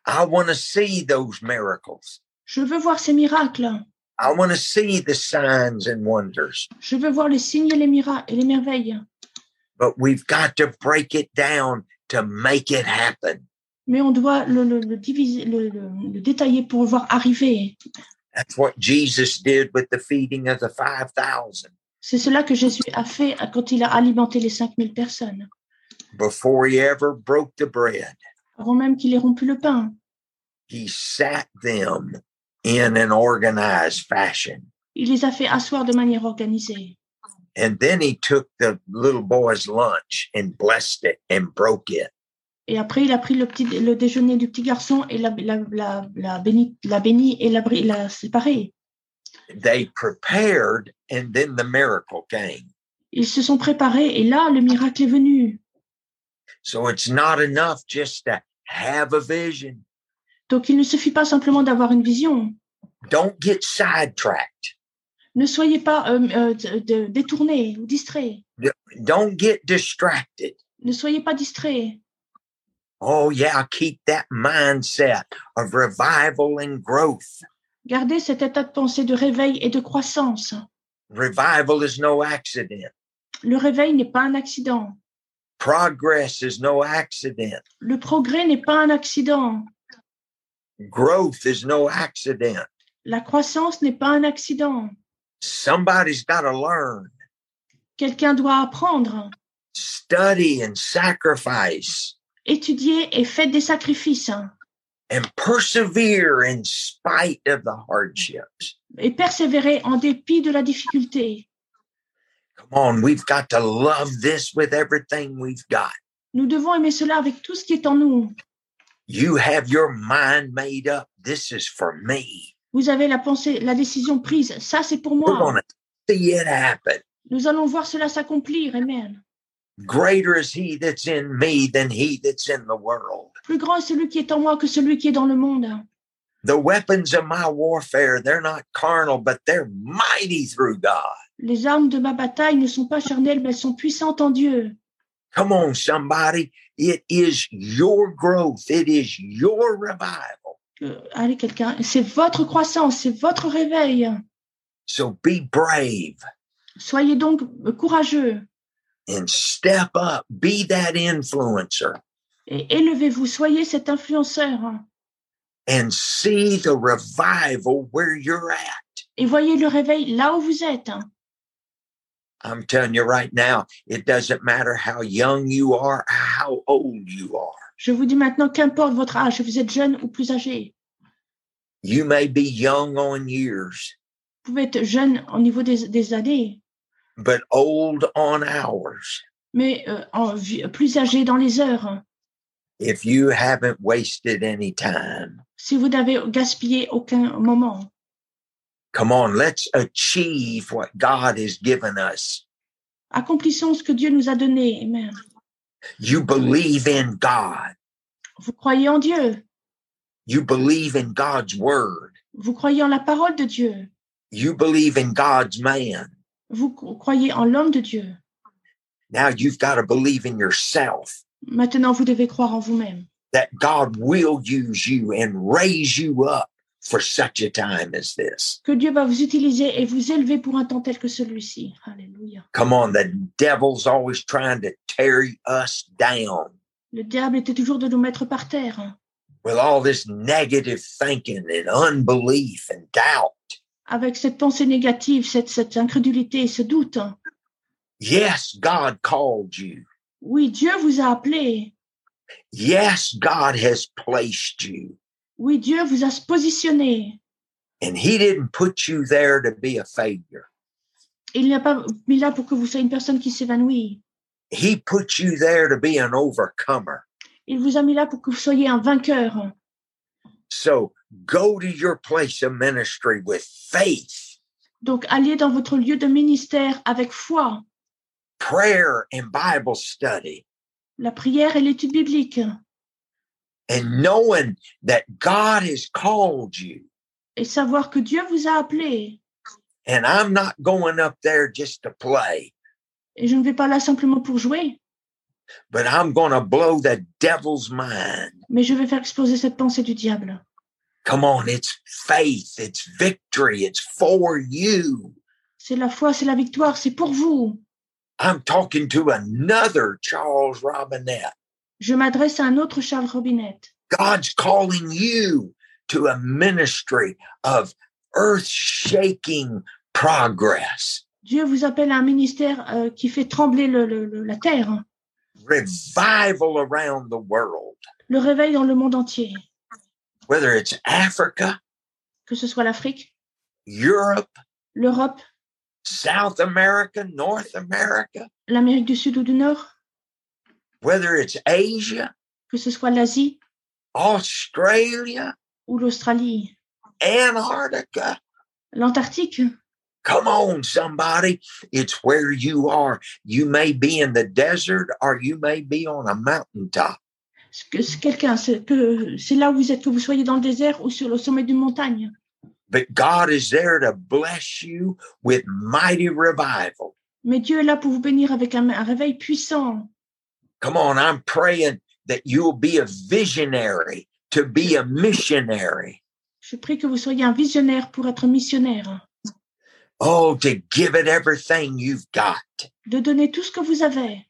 I want to see those miracles.
Je veux voir ces miracles.
I want to see the signs and wonders,
Je veux voir les signes et les miracles et les merveilles.
but we've got to break it down to make it happen.
Mais on doit le, le- le diviser, le, le- le détailler pour le voir arriver.
That's what Jesus did with the feeding of the 5,000.
C'est cela que Jésus a fait quand il a alimenté les 5000 personnes,
Before he ever broke the bread,
avant même qu'il ait rompu le pain.
he sat them in an organized fashion.
Il les a fait asseoir de manière organisée.
And then he took the little boy's lunch and blessed it and broke it.
Et après, il a pris le, petit, le déjeuner du petit garçon et l'a la, la, la béni, la béni et l'a bri- l'a séparé.
They prepared, and then the miracle came.
Ils se sont préparés et là, le miracle est venu.
So it's not enough just to have a vision.
Donc, il ne suffit pas simplement d'avoir une vision.
Don't get sidetracked.
Ne soyez pas euh, euh, de- de- détournés ou distraits.
Don't get distracted.
Ne soyez pas distraits.
Oh, yeah, keep that mindset of revival and growth.
Gardez cet état de pensée de réveil et de croissance.
Revival is no accident.
Le réveil n'est pas un accident.
Progress is no accident.
Le progrès n'est pas un accident.
Growth is no accident.
La croissance n'est pas un accident.
Somebody's got to learn,
Quelqu'un doit apprendre,
study, and sacrifice
étudier et faire des sacrifices
and persevere in spite of the hardships.
et persévérer en dépit de la difficulté.
Come on, we've got to love this with everything we've got.
Nous devons aimer cela avec tout ce qui est en nous.
You have your mind made up. This is for me.
Vous avez la pensée, la décision prise. Ça, c'est pour
We're going
moi.
to see it happen.
Nous allons voir cela s'accomplir. Amen.
Greater is he that's in me than he that's in the world.
Plus grand est celui qui est en moi que celui qui est dans le monde.
The weapons of my warfare, they're not carnal, but they're mighty through God.
Les armes de ma bataille ne sont pas charnelles, mais elles sont puissantes en Dieu.
Come on, somebody. It is your growth, it is your revival.
Euh, allez, quelqu'un, c'est votre croissance, c'est votre réveil.
So be brave
Soyez donc euh, courageux
and step up. Be that influencer
et élevez-vous, soyez cet influenceur hein,
and see the revival where you're at.
et voyez le réveil là où vous êtes. hein.
I'm telling you right now, it doesn't matter how young you are, how old you are.
Je vous dis maintenant, qu'importe votre âge, vous êtes jeune ou plus âgé,
You may be young on years,
vous pouvez être jeune au niveau des, des années,
but old on hours
mais euh, en vie- plus âgé dans les heures, hein,
if you haven't wasted any time.
si vous n'avez gaspillé aucun moment.
Come on, let's achieve what God has given us.
Accomplissons ce que Dieu nous a donné. Amen.
You believe in God,
Vous croyez en Dieu,
you believe in God's word,
vous croyez en la parole de Dieu,
you believe in God's man.
vous cro- croyez en l'homme de Dieu.
Now you've got to believe in yourself
Maintenant, vous devez croire en vous-même,
that God will use you and raise you up for such a time as this.
que Dieu va vous utiliser et vous élever pour un temps tel que celui-ci. Alléluia.
Come on, the devil's always trying to tear us down
Le diable était toujours de nous mettre par terre, hein.
with all this negative thinking and unbelief and doubt.
avec cette pensée hein. négative, cette, cette incrédulité, ce doute.
Yes, God called you.
Oui, Dieu vous a appelé.
Yes, God has placed you,
Oui, Dieu vous a positionné.
and He didn't put you there to be a failure.
Il n'a pas mis là pour que vous soyez une personne qui s'évanouit.
He put you there to be an overcomer.
Il vous a mis là pour que vous soyez un vainqueur. hein.
So go to your place of ministry with faith,
Donc, allez dans votre lieu de ministère avec foi,
prayer, and Bible study,
la prière et l'étude biblique,
and knowing that God has called you.
et savoir que Dieu vous a appelé.
And I'm not going up there just to play,
Et je ne vais pas là simplement pour jouer,
but I'm going to blow the devil's mind.
mais je vais faire exploser cette pensée du diable.
Come on, it's faith, it's victory, it's for you.
C'est la foi, c'est la victoire, c'est pour vous.
I'm talking to another Charles Robinette.
Je m'adresse à un autre Charles Robinette.
God's calling you to a ministry of earth shaking progress,
Dieu vous appelle à un ministère euh, qui fait trembler le- le- le- la terre,
revival around the world,
le réveil dans le monde entier,
whether it's Africa,
que ce soit l'Afrique,
Europe,
l'Europe,
South America, North America,
l'Amérique du Sud ou du Nord,
whether it's Asia,
que ce soit l'Asie
Australia,
ou l'Australie,
Antarctica.
l'Antarctique.
Come on, somebody. It's where you are. You may be in the desert or you may be on a mountaintop.
Ce que c'est quelqu'un, c'est que c'est là où vous êtes, que vous soyez dans le désert ou sur le sommet d'une montagne.
But God is there to bless you with mighty revival.
Mais Dieu est là pour vous bénir avec un, un réveil puissant.
Come on, I'm praying that you'll be a visionary to be a missionary.
Je prie que vous soyez un visionnaire pour être missionnaire,
Oh, to give it everything you've got.
de donner tout ce que vous avez.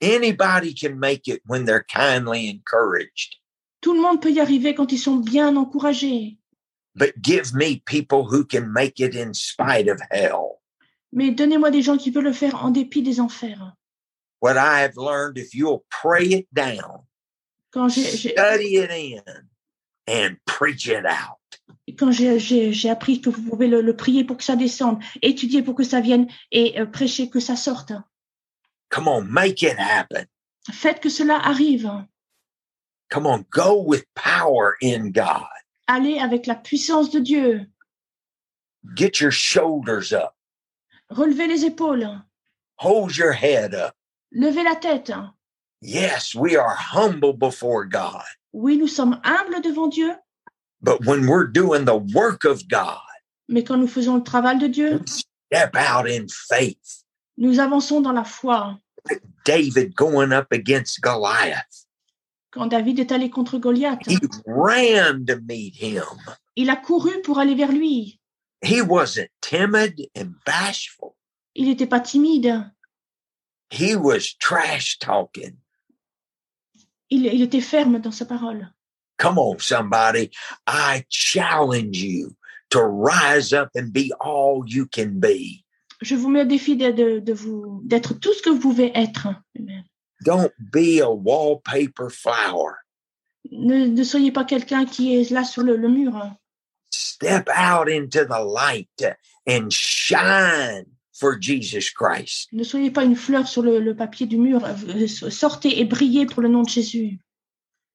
Anybody can make it when they're kindly encouraged.
Tout le monde peut y arriver quand ils sont bien encouragés.
But give me people who can make it in spite of hell.
Mais donnez-moi des gens qui peuvent le faire en dépit des enfers.
What I have learned, if you'll pray it down,
Quand j'ai- j'ai
study it in, and preach it out.
quand j'ai- j'ai j'ai appris que vous pouvez le, le prier pour que ça descende, étudier pour que ça vienne et euh, prêcher que ça sorte.
Come on, make it happen.
Faites que cela arrive.
Come on, go with power in God.
Allez avec la puissance de Dieu.
Get your shoulders up,
Relevez les épaules.
hold your head up.
Levez la tête.
Yes, we are humble before God,
Oui, nous sommes humbles devant Dieu,
but when we're doing the work of God,
mais quand nous faisons le travail de Dieu,
step out in faith.
nous avançons dans la foi.
David going up against Goliath,
Quand David est allé contre Goliath,
he ran to meet him.
il a couru pour aller vers lui.
He wasn't timid and bashful,
Il n'était pas timide.
he was trash talking.
Il, il était ferme dans sa parole.
Come on, somebody. I challenge you to rise up and be all you can be.
Je vous mets au défi de, de- de vous d'être tout ce que vous pouvez être. Amen.
Don't be a wallpaper flower.
Ne, ne soyez pas quelqu'un qui est là sur le, le mur.
Step out into the light and shine for Jesus Christ.
Ne soyez pas une fleur sur le, le papier du mur. Euh, Sortez et brillez pour le nom de Jésus.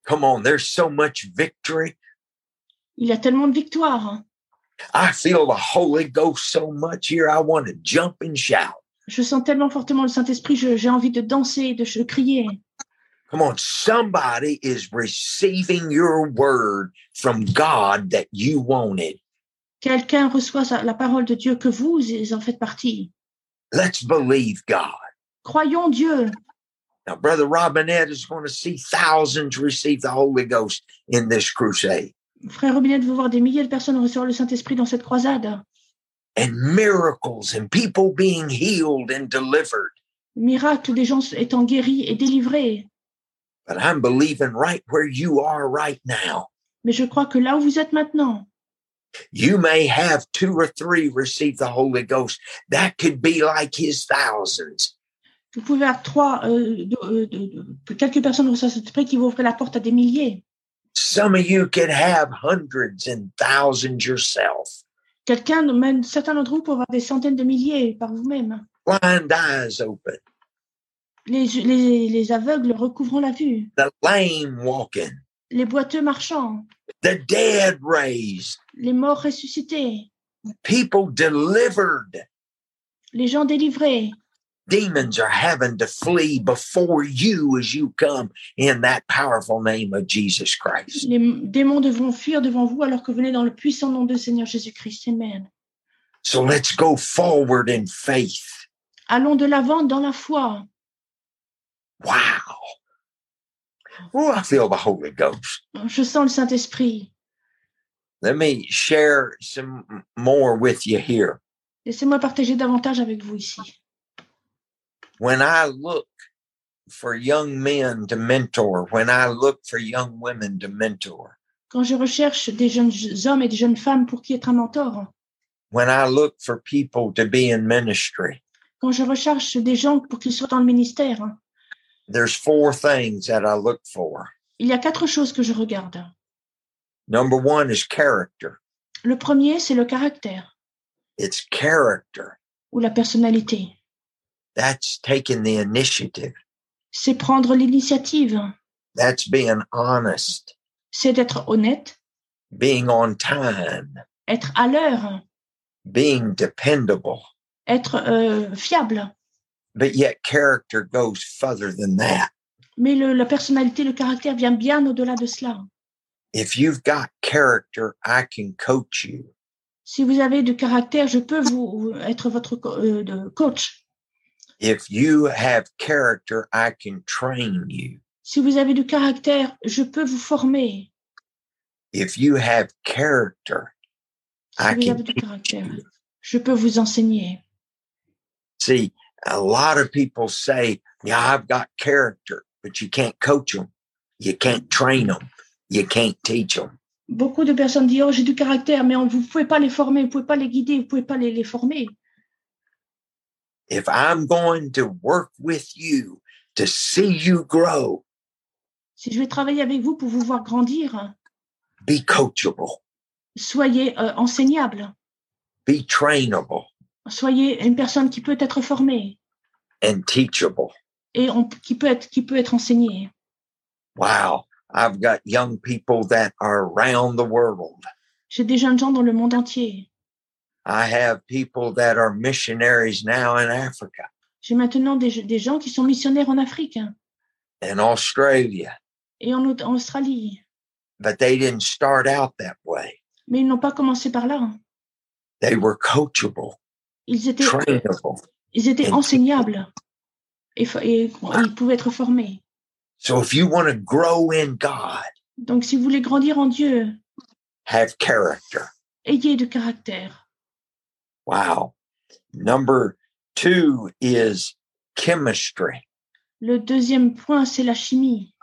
Come on, there's so much victory.
Il a tellement de victoires.
I feel the Holy Ghost so much here. I want to jump and shout.
Je sens tellement fortement le Saint-Esprit, je- j'ai envie de danser, de, de crier.
Come on, somebody is receiving your word from God that you wanted.
Quelqu'un reçoit sa- la parole de Dieu que vous en faites partie.
Let's believe God.
Croyons Dieu.
Now, Brother Robinette is going to see thousands receive the Holy Ghost in this crusade,
Frère Robinet, vous voir des milliers de personnes recevoir le Saint-Esprit dans cette croisade.
and miracles, and people being healed and delivered.
Miracle, des gens étant guéris et délivrés.
But I'm believing right where you are right now.
Mais je crois que là où vous êtes maintenant,
You may have two or three receive the Holy Ghost. That could be like his thousands.
Vous pouvez avoir trois, euh, de- de- de- quelques personnes reçoivent cet esprit qui vont ouvrir la porte à des milliers.
Some of you could have hundreds and thousands yourself.
Quelqu'un, même certains d'entre vous, peuvent avoir des centaines de milliers par vous-même.
Blind eyes open,
Les, les, les aveugles recouvrant la vue,
the lame walking,
les boiteux marchant,
the dead raised,
les morts ressuscités,
people delivered.
les gens délivrés.
Demons are having to flee before you as you come in that powerful name of Jesus Christ.
Les démons devront fuir devant vous alors que vous venez dans le puissant nom du Seigneur Jésus-Christ. Amen.
So let's go forward in faith.
Allons de l'avant dans la foi.
Wow. Oh, I feel the Holy Ghost.
Je sens le Saint-Esprit.
Let me share some more with you here.
Laissez-moi partager davantage avec vous ici.
When I look for young men to mentor, when I look for young women to mentor,
Quand je recherche des jeunes hommes et des jeunes femmes pour qui être un mentor,
when I look for people to be in ministry,
quand je recherche des gens pour qu'ils soient dans le ministère,
there's four things that I look for.
il y a quatre choses que je regarde.
Number one is character.
Le premier, c'est le caractère
It's character.
ou la personnalité.
That's taking the initiative.
C'est prendre l'initiative.
That's being honest,
C'est d'être honnête,
being on time,
être à l'heure,
being dependable.
être euh, fiable.
but yet character goes further than that.
Mais le- la personnalité, le caractère vient bien au-delà de cela.
If you've got character, I can coach you.
Si vous avez du caractère, je peux vous être votre co- euh, de coach.
If you have character, I can train you.
Si vous avez du caractère, je peux vous former.
If you have character, I
Si vous
can
avez du caractère, je peux vous enseigner.
see. A lot of people say, Yeah, I've got character, but you can't coach them. You can't train them. You can't teach them.
Beaucoup de personnes disent Oh, j'ai du caractère, mais on- vous ne pouvez pas les former, vous ne pouvez pas les guider, vous ne pouvez pas les, les former.
If I'm going to work with you to see you grow,
Si je vais travailler avec vous pour vous voir grandir,
be coachable,
soyez euh, enseignable,
be trainable,
soyez une personne qui peut être formée
and teachable.
et on- qui, peut être, qui peut être enseignée.
Wow. I've got young people that are around the world.
J'ai des jeunes gens dans le monde entier.
I have people that are missionaries now in Africa
J'ai maintenant des, des gens qui sont missionnaires en Afrique hein,
and Australia,
et en, Aut- en Australie,
but they didn't start out that way.
mais ils n'ont pas commencé par là. hein.
They were coachable,
Ils étaient,
trainable.
ils étaient
and-
enseignables et, fo- et ils pouvaient être formés.
So if you want to grow in God,
Donc, si vous voulez grandir en Dieu,
have character.
ayez du caractère.
Wow. Number two is chemistry.
Le deuxième point, c'est la chimie.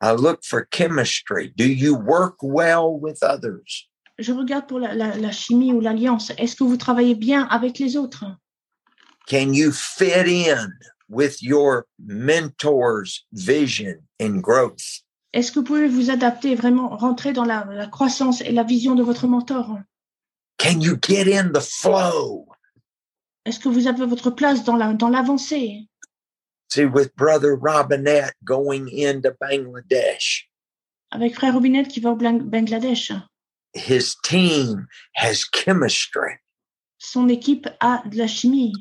I look for chemistry. Do you work well with others?
Je regarde pour la, la- la chimie ou l'alliance. Est-ce que vous travaillez bien avec les autres
Can you fit in with your mentor's vision and growth?
Est-ce que vous pouvez vous adapter, vraiment rentrer dans la, la croissance et la vision de votre mentor
Can you get in the flow?
Est-ce que vous avez votre place dans la- dans l'avancée
See, with Brother Robinette going into Bangladesh,
Avec Frère Robinette qui va au Blan- Bangladesh,
his team has chemistry
son équipe a de la chimie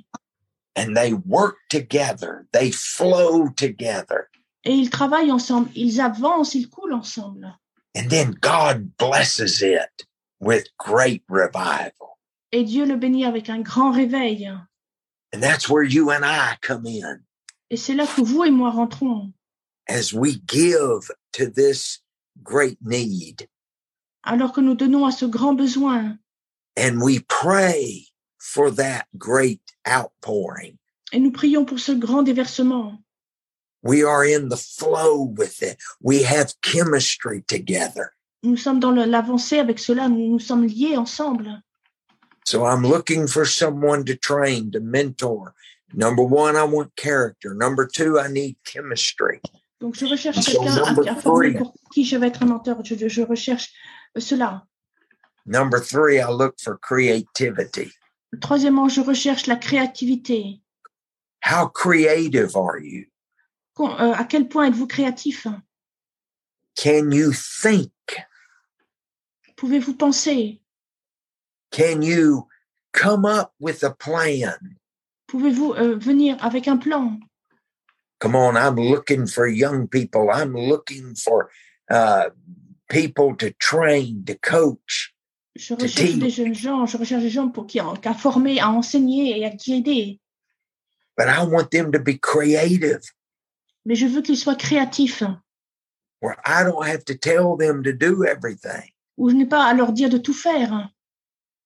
and they work together, they flow together.
et ils travaillent ensemble, ils avancent, ils coulent ensemble.
And then God blesses it with great revival.
Et Dieu le bénit avec un grand réveil.
And that's where you and I come in
Et c'est là que vous et moi rentrons.
as we give to this great need.
alors que nous donnons à ce grand besoin
and we pray for that great outpouring.
et nous prions pour ce grand déversement.
We are in the flow with it. We have chemistry together.
Nous sommes dans le- l'avancée avec cela, nous, nous sommes liés ensemble.
So I'm looking for someone to train, to mentor, Number one, I want character. Number two, I need chemistry.
Donc, je recherche
Ils sont
quelqu'un à,
number
à former
three.
pour qui je vais être un mentor. Je, je- je recherche euh, cela.
Number three, I look for creativity.
Troisièmement, je recherche la créativité.
How creative are you?
Con- euh, à quel point êtes-vous créatif
Can you think?
Pouvez-vous penser
Can you come up with a plan?
Pouvez-vous euh, venir avec un plan
Come on, I'm looking for young people. I'm looking for uh, people to train, to coach.
Je
To
recherche
teach.
des jeunes gens, je recherche des gens pour qui à former, à enseigner et à guider.
But I want them to be creative
Mais je veux qu'ils soient créatifs,
where I don't have to tell them to do everything,
où je n'ai pas à leur dire de tout faire,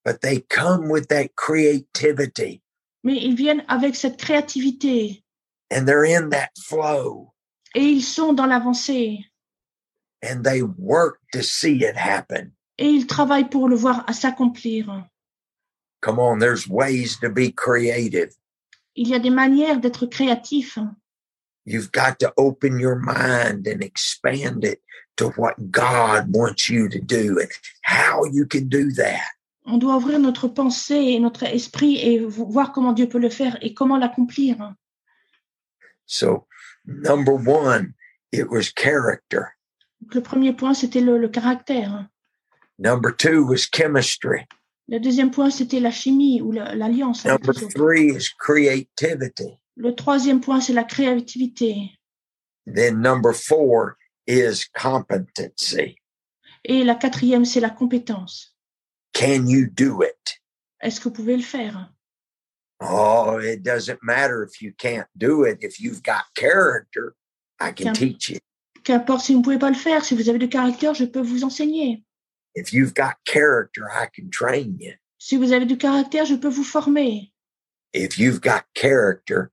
but they come with that creativity
mais ils viennent avec cette créativité
and they're in that flow
et ils sont dans l'avancée
and they work to see it happen.
et ils travaillent pour le voir à s'accomplir.
Come on, there's ways to be creative.
Il y a des manières d'être créatif.
You've got to open your mind and expand it to what God wants you to do and how you can do that.
On doit ouvrir notre pensée et notre esprit et vo- voir comment Dieu peut le faire et comment l'accomplir.
So, number one, it was character.
Donc, Le premier point, c'était le, le caractère.
Number two was chemistry.
Le deuxième point, c'était la chimie ou la- l'alliance. avec
Number
les autres.
three is creativity.
Le troisième point, c'est la créativité.
Then number four is competency.
Et la quatrième, c'est la compétence.
Can you do it?
Est-ce que vous pouvez le faire
Oh, it doesn't matter if you can't do it. If you've got character, I can
Yeah.
teach you.
Qu'importe si vous ne pouvez pas le faire, si vous avez du caractère, je peux vous enseigner.
If you've got character, I can train you.
Si vous avez du caractère, je peux vous former.
If you've got character,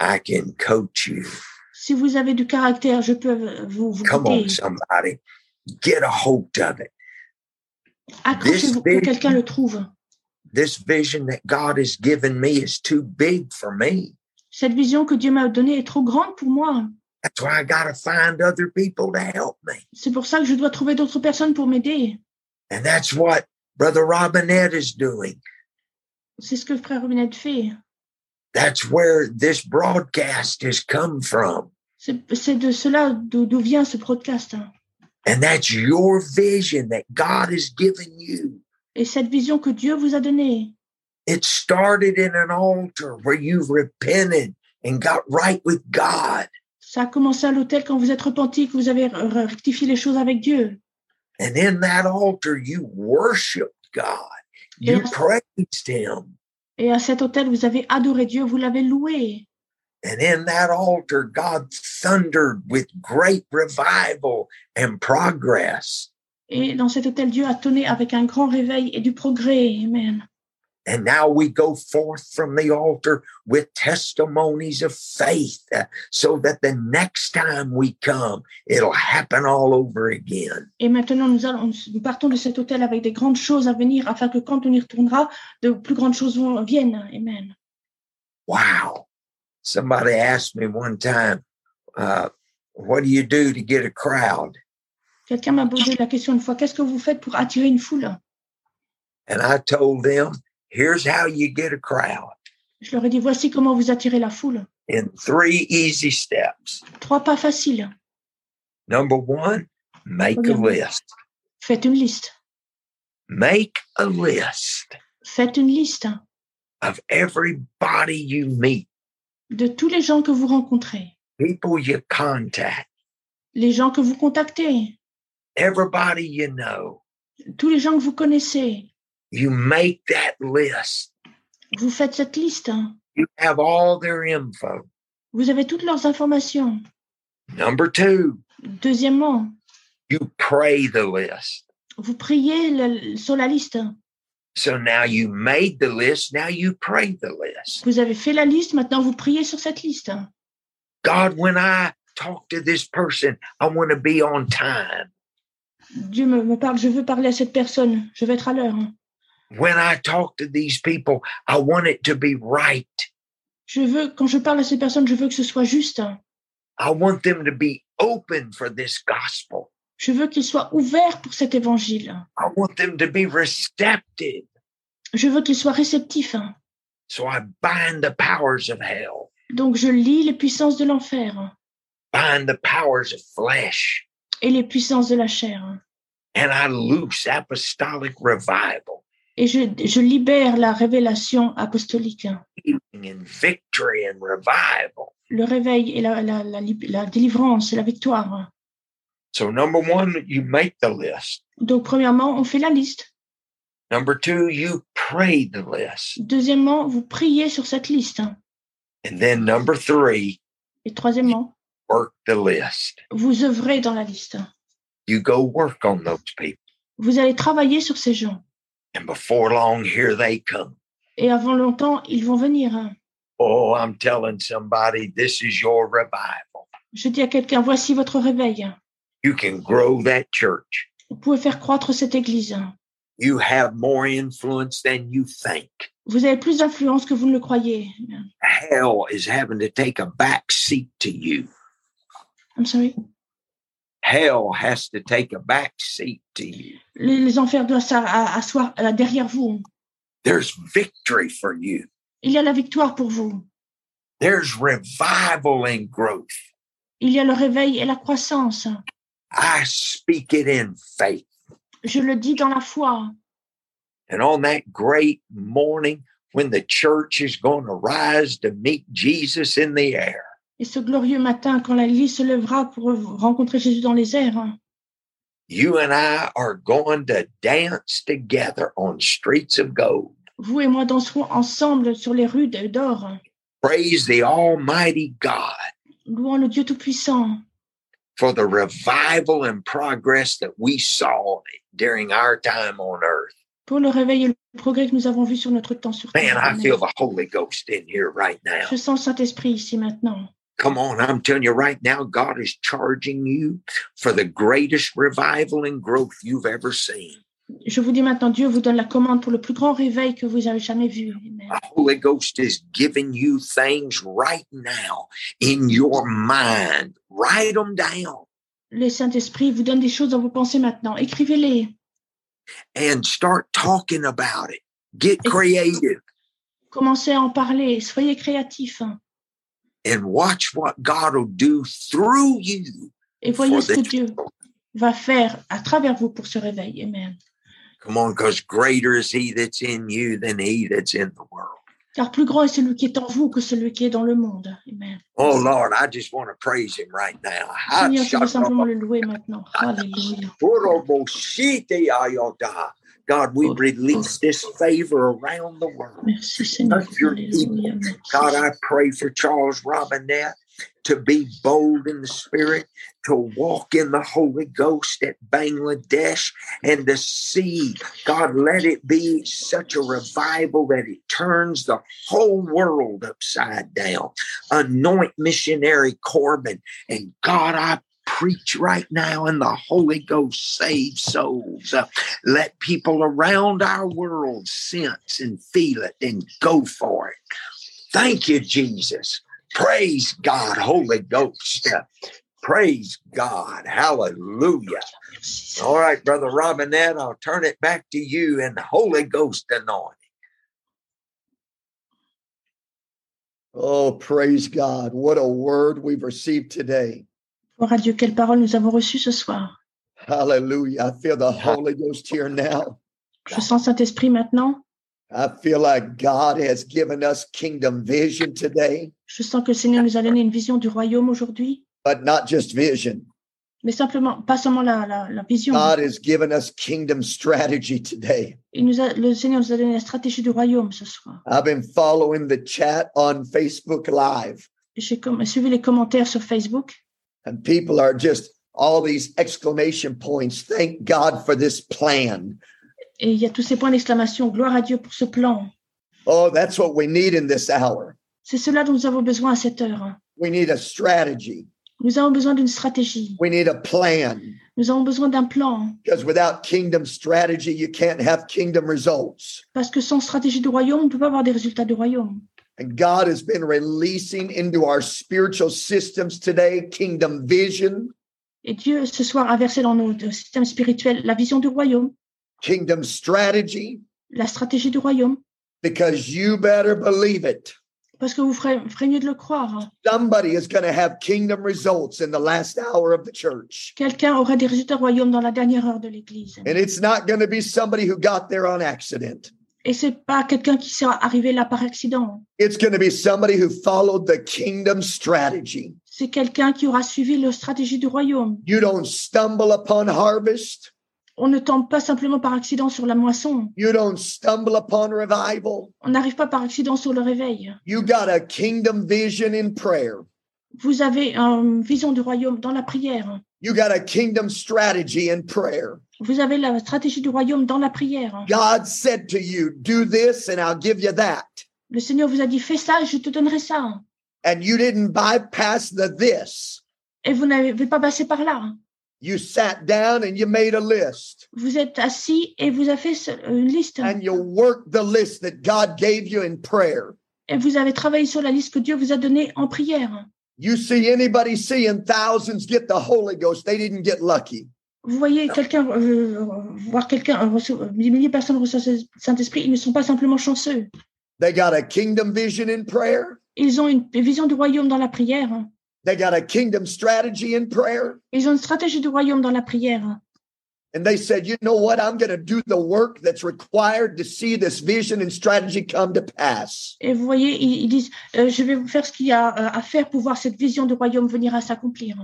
I can coach you.
Si vous avez du caractère, je peux vous, vous
Come on,
guider.
somebody. Get a hold of it.
Accrochez-vous que
This big-
quelqu'un le trouve.
This vision that God has given me is too big for me.
Cette vision que Dieu m'a donnée est trop grande pour moi.
That's why I got to find other people to help me.
C'est pour ça que je dois trouver d'autres personnes pour m'aider.
And that's what Brother Robinette is doing.
C'est ce que Frère Robinette fait.
That's where this broadcast has come from.
C'est c'est de cela d'o- d'où vient ce podcast. hein.
And that's your vision that God has given you.
Et cette vision que Dieu vous a donnée,
It started in an altar where you repented and got right with God.
ça a commencé à l'hôtel quand vous êtes repenti, que vous avez re- rectifié les choses avec Dieu.
And in that altar, you worshiped God. You
Yes.
praised Him.
Et à cet hôtel, vous avez adoré Dieu, vous l'avez loué.
And in that altar, God thundered with great revival and progress.
Et dans cet hôtel, Dieu a tonné avec un grand réveil et du progrès. Amen.
And now we go forth from the altar with testimonies of faith uh, so that the next time we come, it'll happen all over again.
Et maintenant, nous, allons, nous partons de cet hôtel avec des grandes choses à venir, afin que quand on y retournera, de plus grandes choses vont- viennent. Amen.
Wow. Somebody asked me one time, uh, What do you do to get a crowd?
Quelqu'un m'a posé la question une fois, qu'est-ce que vous faites pour attirer une foule
And I told them, Here's how you get a crowd
Je leur ai dit, voici comment vous attirez la foule.
in three easy steps.
Trois pas faciles.
Number one, make a
Premièrement.
list.
Faites une liste.
Make a list
Faites une liste
of everybody you meet.
de tous les gens que vous rencontrez,
people you contact,
les gens que vous contactez,
everybody you know.
tous les gens que vous connaissez.
You make that list.
Vous faites cette liste. hein.
You have all their info.
Vous avez toutes leurs informations.
Number two,
Deuxièmement,
you pray the list.
vous priez le- sur la liste.
So now you made the list. Now you pray the list.
Vous avez fait la liste, maintenant vous priez sur cette liste.
God, when I talk to this person, I want to be on time.
Dieu me, me parle, je veux parler à cette personne, je vais être à l'heure.
When I talk to these people, I want it to be right.
Je veux, quand je parle à ces personnes, je veux que ce soit juste.
I want them to be open for this gospel.
Je veux qu'ils soient ouverts pour cet évangile.
I want them to be receptive.
Je veux qu'ils soient réceptifs.
So I bind the powers of hell,
Donc je lis les puissances de l'enfer
bind the powers of flesh,
et les puissances de la chair.
and I loose apostolic revival,
Et je, je libère la révélation apostolique, hein.
healing and victory and revival.
le réveil et la, la, la, lib- la délivrance et la victoire. hein.
So number one, you make the list.
Donc premièrement, on fait la liste.
Number two, you pray the list.
Deuxièmement, vous priez sur cette liste. hein.
And then number three,
Et troisièmement,
work the list.
vous œuvrez dans la liste. hein.
You go work on those people.
Vous allez travailler sur ces gens.
And before long, here they come.
Et avant longtemps, ils vont venir. hein.
Oh, I'm telling somebody, this is your revival.
Je dis à quelqu'un, voici votre réveil. hein.
You can grow that church.
Vous pouvez faire croître cette église. hein.
You have more influence than you think.
Vous avez plus d'influence que vous ne le croyez. hein.
Hell is having to take a back seat to you.
I'm sorry.
Hell has to take a back seat to you.
Les, les enfers doivent s'asseoir euh, derrière vous.
There's victory for you.
Il y a la victoire pour vous.
There's revival and growth.
Il y a le réveil et la croissance.
I speak it in faith.
Je le dis dans la foi.
And on that great morning when the church is going to rise to meet Jesus in the air,
Et ce glorieux matin, quand la l'Église se lèvera pour rencontrer Jésus dans les airs,
you and I are going to dance together on streets of gold.
vous et moi danserons ensemble sur les rues d'or,
Praise the Almighty God
louant le Dieu Tout-Puissant
for the revival and progress that we saw during our time on earth.
pour le réveil et le progrès que nous avons vu sur notre temps sur
Man,
terre.
I feel the Holy Ghost in here right now.
Je sens le Saint-Esprit ici maintenant.
Come on, I'm telling you right now, God is charging you for the greatest revival and growth you've ever seen.
Je vous dis maintenant, Dieu vous donne la commande pour le plus grand réveil que vous avez jamais vu. Amen.
The Holy Ghost is giving you things right now in your mind. Write them down
Le Saint-Esprit vous donne des choses dans vos pensées maintenant. Écrivez-les.
and start talking about it. Get creative
Commencez à en parler. Soyez créatifs.
and watch what God will do through you.
Et voyez
for
ce que
this
Dieu
world.
va faire à travers vous pour ce réveil. Amen.
Come on, because greater is He that's in you than He that's in the world.
Car plus grand est celui qui est en vous que celui qui est dans le monde. Amen.
Oh, Lord, I just want to praise Him right now.
Seigneur, je veux simplement le louer maintenant.
Ah,
Alléluia.
God, we release this favor around the world.
Merci Seigneur.
Touch your
Alléluia. Merci.
God, I pray for Charles Robinette to be bold in the spirit, to walk in the Holy Ghost at Bangladesh, and to see, God, let it be such a revival that it turns the whole world upside down. Anoint missionary Corbin. And God, I preach right now in the Holy Ghost, save souls. Uh, let people around our world sense and feel it and go for it. Thank you, Jesus. Praise God, Holy Ghost. Praise God. Hallelujah.
Merci, Seigneur.
All right, Brother Robinette, I'll turn it back to you in the Holy Ghost anointing.
Oh, praise God. What a word we've received today.
Gloire à Dieu, quelle parole nous avons reçue ce soir.
Hallelujah. I feel the Holy Ghost here now.
Je sens Saint-Esprit maintenant.
I feel like God has given us kingdom vision today,
Je sens que le Seigneur nous a donné une vision du royaume aujourd'hui.
but not just vision.
Mais simplement, pas seulement la, la- la vision.
God has given us kingdom strategy today.
Il nous a- le Seigneur nous a donné la stratégie du royaume ce soir.
I've been following the chat on Facebook Live,
J'ai com- suivi les commentaires sur Facebook.
and people are just all these exclamation points. Thank God for this plan.
Et il y a tous ces points d'exclamation. Gloire à Dieu pour ce plan.
Oh, that's what we need in this hour.
C'est cela dont nous avons besoin à cette heure.
We need a strategy,
Nous avons besoin d'une stratégie.
we need a plan.
Nous avons besoin d'un plan.
Because without kingdom strategy, you can't have kingdom results.
Parce que sans stratégie du royaume, on ne peut pas avoir des résultats du royaume.
And God has been releasing into our spiritual systems today kingdom vision,
Et Dieu, ce soir, a versé dans nos nos systèmes spirituels la vision du royaume,
kingdom strategy,
la stratégie du royaume,
because you better believe it.
parce que vous ferez, ferez mieux de le croire.
Somebody is going to have kingdom results in the last hour of the church.
Quelqu'un aura des résultats royaumes dans la dernière heure de l'Église.
And it's not going to be somebody who got there on accident.
Et c'est pas quelqu'un qui sera arrivé là par accident.
It's going to be somebody who followed the kingdom strategy.
C'est quelqu'un qui aura suivi la stratégie du royaume.
You don't stumble upon harvest.
On ne tombe pas simplement par accident sur la moisson.
You don't stumble upon revival.
On n'arrive pas par accident sur le réveil.
You got a kingdom vision in prayer.
Vous avez une vision du royaume dans la prière.
You got a kingdom strategy in prayer.
Vous avez la stratégie du royaume dans la prière.
God said to you, Do this and I'll give you that.
Le Seigneur vous a dit, fais ça, je te donnerai ça.
And you didn't bypass the this.
Et vous n'avez pas passé par là.
You sat down and you made a list
Vous êtes assis et vous avez fait ce- une liste.
and you worked the list that God gave you in prayer.
Et vous avez travaillé sur la liste que Dieu vous a donnée en prière.
You see anybody seeing thousands get the Holy Ghost, they didn't get lucky.
Vous voyez quelqu'un, euh, voir quelqu'un, euh, recevoir- des milliers de personnes recevoir le Saint-Esprit, ils ne sont pas simplement chanceux.
They got a kingdom vision in prayer.
Ils ont une vision du royaume dans la prière.
They got a kingdom strategy in prayer.
Ils ont une stratégie du royaume dans la prière.
And they said, you know what? I'm going to do the work that's required to see this vision and strategy come to pass.
Et vous voyez, ils, ils disent, euh, je vais faire ce qu'il y a euh, à faire pour voir cette vision du royaume venir à s'accomplir.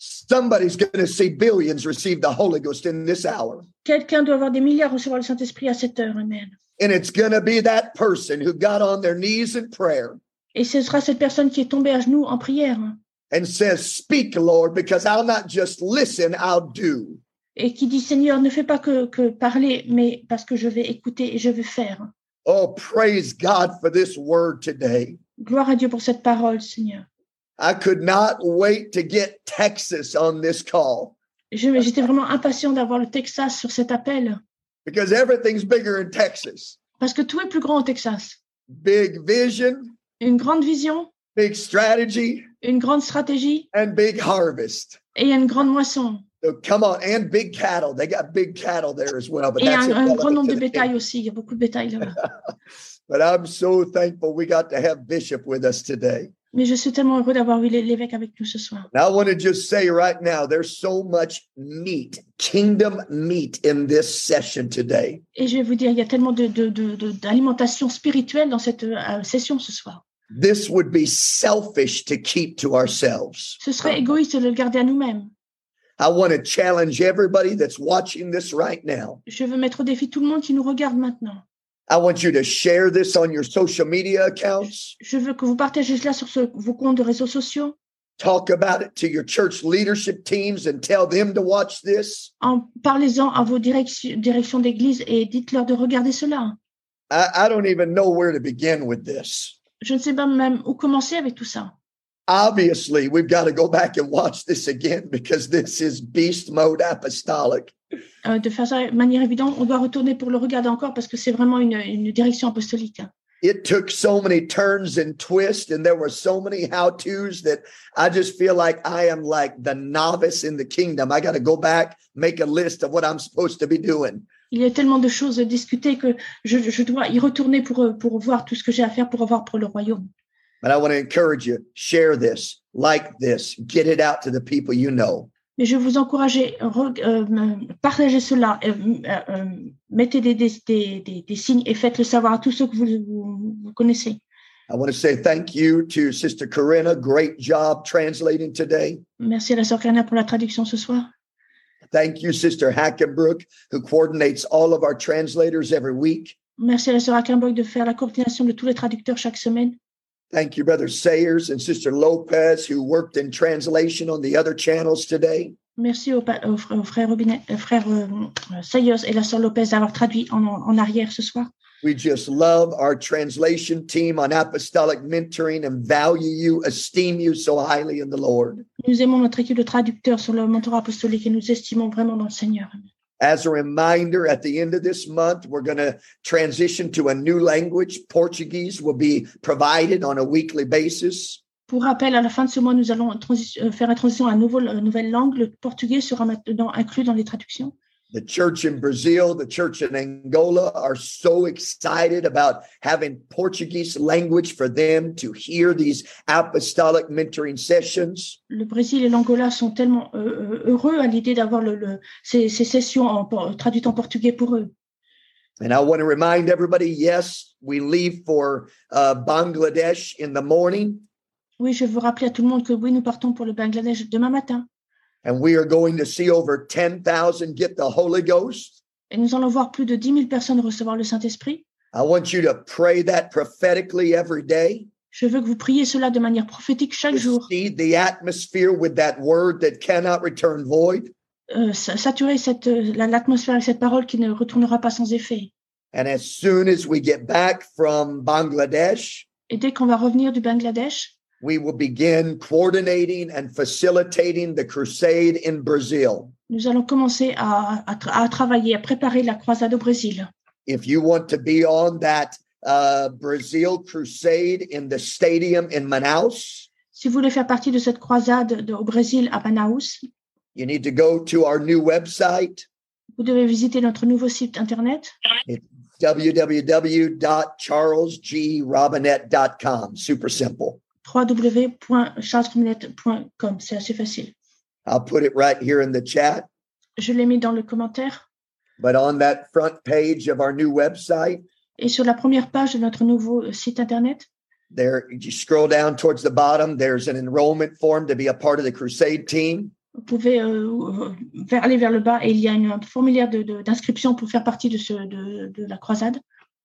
Somebody's going to see billions receive the Holy Ghost in this hour.
Quelqu'un doit avoir des milliards recevoir le Saint-Esprit à cette heure, Amen.
And it's going to be that person who got on their knees in prayer
Et ce sera cette personne qui est tombée à genoux en prière hein,
and says, Speak, Lord, because I'll not just listen, I'll do.
et qui dit, Seigneur, ne fais pas que, que parler, mais parce que je vais écouter et je vais faire.
Oh, praise God for this word today.
Gloire à Dieu pour cette parole, Seigneur.
I could not wait to get Texas on this call
Je- J'étais vraiment impatient d'avoir le Texas sur cet appel
because everything's bigger in Texas.
parce que tout est plus grand au Texas.
Big vision,
Une grande vision,
big strategy,
une grande stratégie
and big harvest.
et une grande moisson
So come on, and big cattle. They got big cattle there as well, but
et
that's
un, un
irrelevant
grand nombre
to the
de bétail
kingdom.
aussi. Il y a beaucoup de bétail là-bas.
But I'm so thankful we got to have Bishop with us today.
Mais je suis tellement heureux d'avoir eu l'é- l'évêque avec nous ce soir.
And I want to just say right now, there's so much meat, kingdom meat in this session today.
Et je vais vous dire, il y a tellement de- de- de- de- d'alimentation spirituelle dans cette euh, session ce soir.
This would be selfish to keep to ourselves.
Ce serait égoïste de le garder à nous-mêmes.
I want to challenge everybody that's watching this right now.
Je veux mettre au défi tout le monde qui nous regarde maintenant.
I want you to share this on your social media accounts.
Je veux que vous partagez cela sur ce- vos comptes de réseaux sociaux.
Talk about it to your church leadership teams and tell them to watch this.
en parlez-en à vos directions, directions d'église et dites-leur de regarder cela.
I, I don't even know where to begin with this.
Je ne sais pas même où commencer avec tout ça.
Obviously, we've got to go back and watch this again because this is beast mode apostolic.
Euh, de faire ça de manière évidente, on doit retourner pour le regarder encore parce que c'est vraiment une, une direction apostolique.
It took so many turns and twists, and there were so many how to's that I just feel like I am like the novice in the kingdom. I got to go back, make a list of what I'm supposed to be doing.
Il y a tellement de choses à discuter que je, je dois y retourner pour, euh, pour voir tout ce que j'ai à faire pour avoir pour le royaume.
But I want to encourage you share this, like this, get it out to the people you know.
Mais je vous encourage, à re- euh, euh, partagez cela, euh, euh, euh, mettez des, des, des- des- des signes et faites le savoir à tous ceux que vous- vous- vous connaissez.
I want to say thank you to Sister Corinna. Great job translating today.
Merci à la sœur Karina pour la traduction ce soir.
Thank you, Sister Hackenbrook, who coordinates all of our translators every week.
Merci à la sœur Ackerberg de faire la coordination de tous les traducteurs chaque semaine.
Thank you, Brother Sayers and Sister Lopez, who worked in translation on the other channels today.
Merci au, pa- au fr- au frère, Robinet, euh, frère euh, euh, Sayers et la sœur Lopez d'avoir traduit en, en arrière ce soir.
We just love our translation team on apostolic mentoring and value you, esteem you so highly in the Lord.
Nous aimons notre équipe de traducteurs sur le mentorat apostolique et nous estimons vraiment dans le Seigneur.
As a reminder, at the end of this month, we're going to transition to a new language. Portuguese will be provided on a weekly basis.
Pour rappel, à la fin de ce mois, nous allons transi- euh, faire la transition à un nouveau- une nouvelle langue. Le portugais sera maintenant inclus dans les traductions.
The church in Brazil, the church in Angola are so excited about having Portuguese language for them to hear these apostolic mentoring sessions.
Le Brésil et l'Angola sont tellement euh, euh, heureux à l'idée d'avoir le- le- ces, ces sessions en por- traduites en portugais pour eux.
And I want to remind everybody yes, we leave for uh, Bangladesh in the morning,
Oui, je veux rappeler à tout le monde que oui, nous partons pour le Bangladesh demain matin.
and we are going to see over 10,000 get the Holy Ghost.
Et nous allons voir plus de 10 000 personnes recevoir le Saint-Esprit.
I want you to pray that prophetically every day.
Je veux que vous priez cela de manière prophétique chaque
To
jour.
seed the atmosphere with that word that cannot return void.
Euh, sa- saturer cette, euh, la- l'atmosphère avec cette parole qui ne retournera pas sans effet.
And as soon as we get back from Bangladesh,
Et dès qu'on va revenir du Bangladesh,
we will begin coordinating and facilitating the crusade in Brazil.
nous allons commencer à, à tra- à travailler, à préparer la croisade au Brésil.
If you want to be on that uh, Brazil crusade in the stadium in Manaus,
Si vous voulez faire partie de cette croisade de- au Brésil à Manaus,
you need to go to our new website,
vous devez visiter notre nouveau site internet
www.charlesgrobinette.com. Super simple.
www.charlesroulette.com. C'est assez facile.
I'll put it right here in the chat.
Je l'ai mis dans le commentaire.
But on that front page of our new website,
Et sur la première page de notre nouveau euh, site internet,
there you scroll down towards the bottom, there's an enrollment form to be a part of the crusade team.
vous pouvez euh, vers- aller vers le bas et il y a une- un formulaire de- de- d'inscription pour faire partie de, ce, de, de la croisade.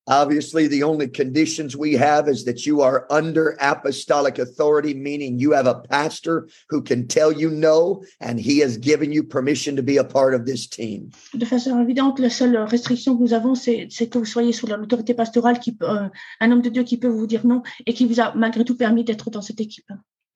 Obviously, the only conditions we have is that you are under apostolic authority, meaning you have a pastor who can tell you no, and he has given you permission to be a part of this team.
De façon évidente, la seule restriction que nous avons, c'est c'est que vous soyez sous l'autorité pastorale, qui, peut- euh, un homme de Dieu qui peut vous dire non et qui vous a malgré tout permis d'être dans cette équipe.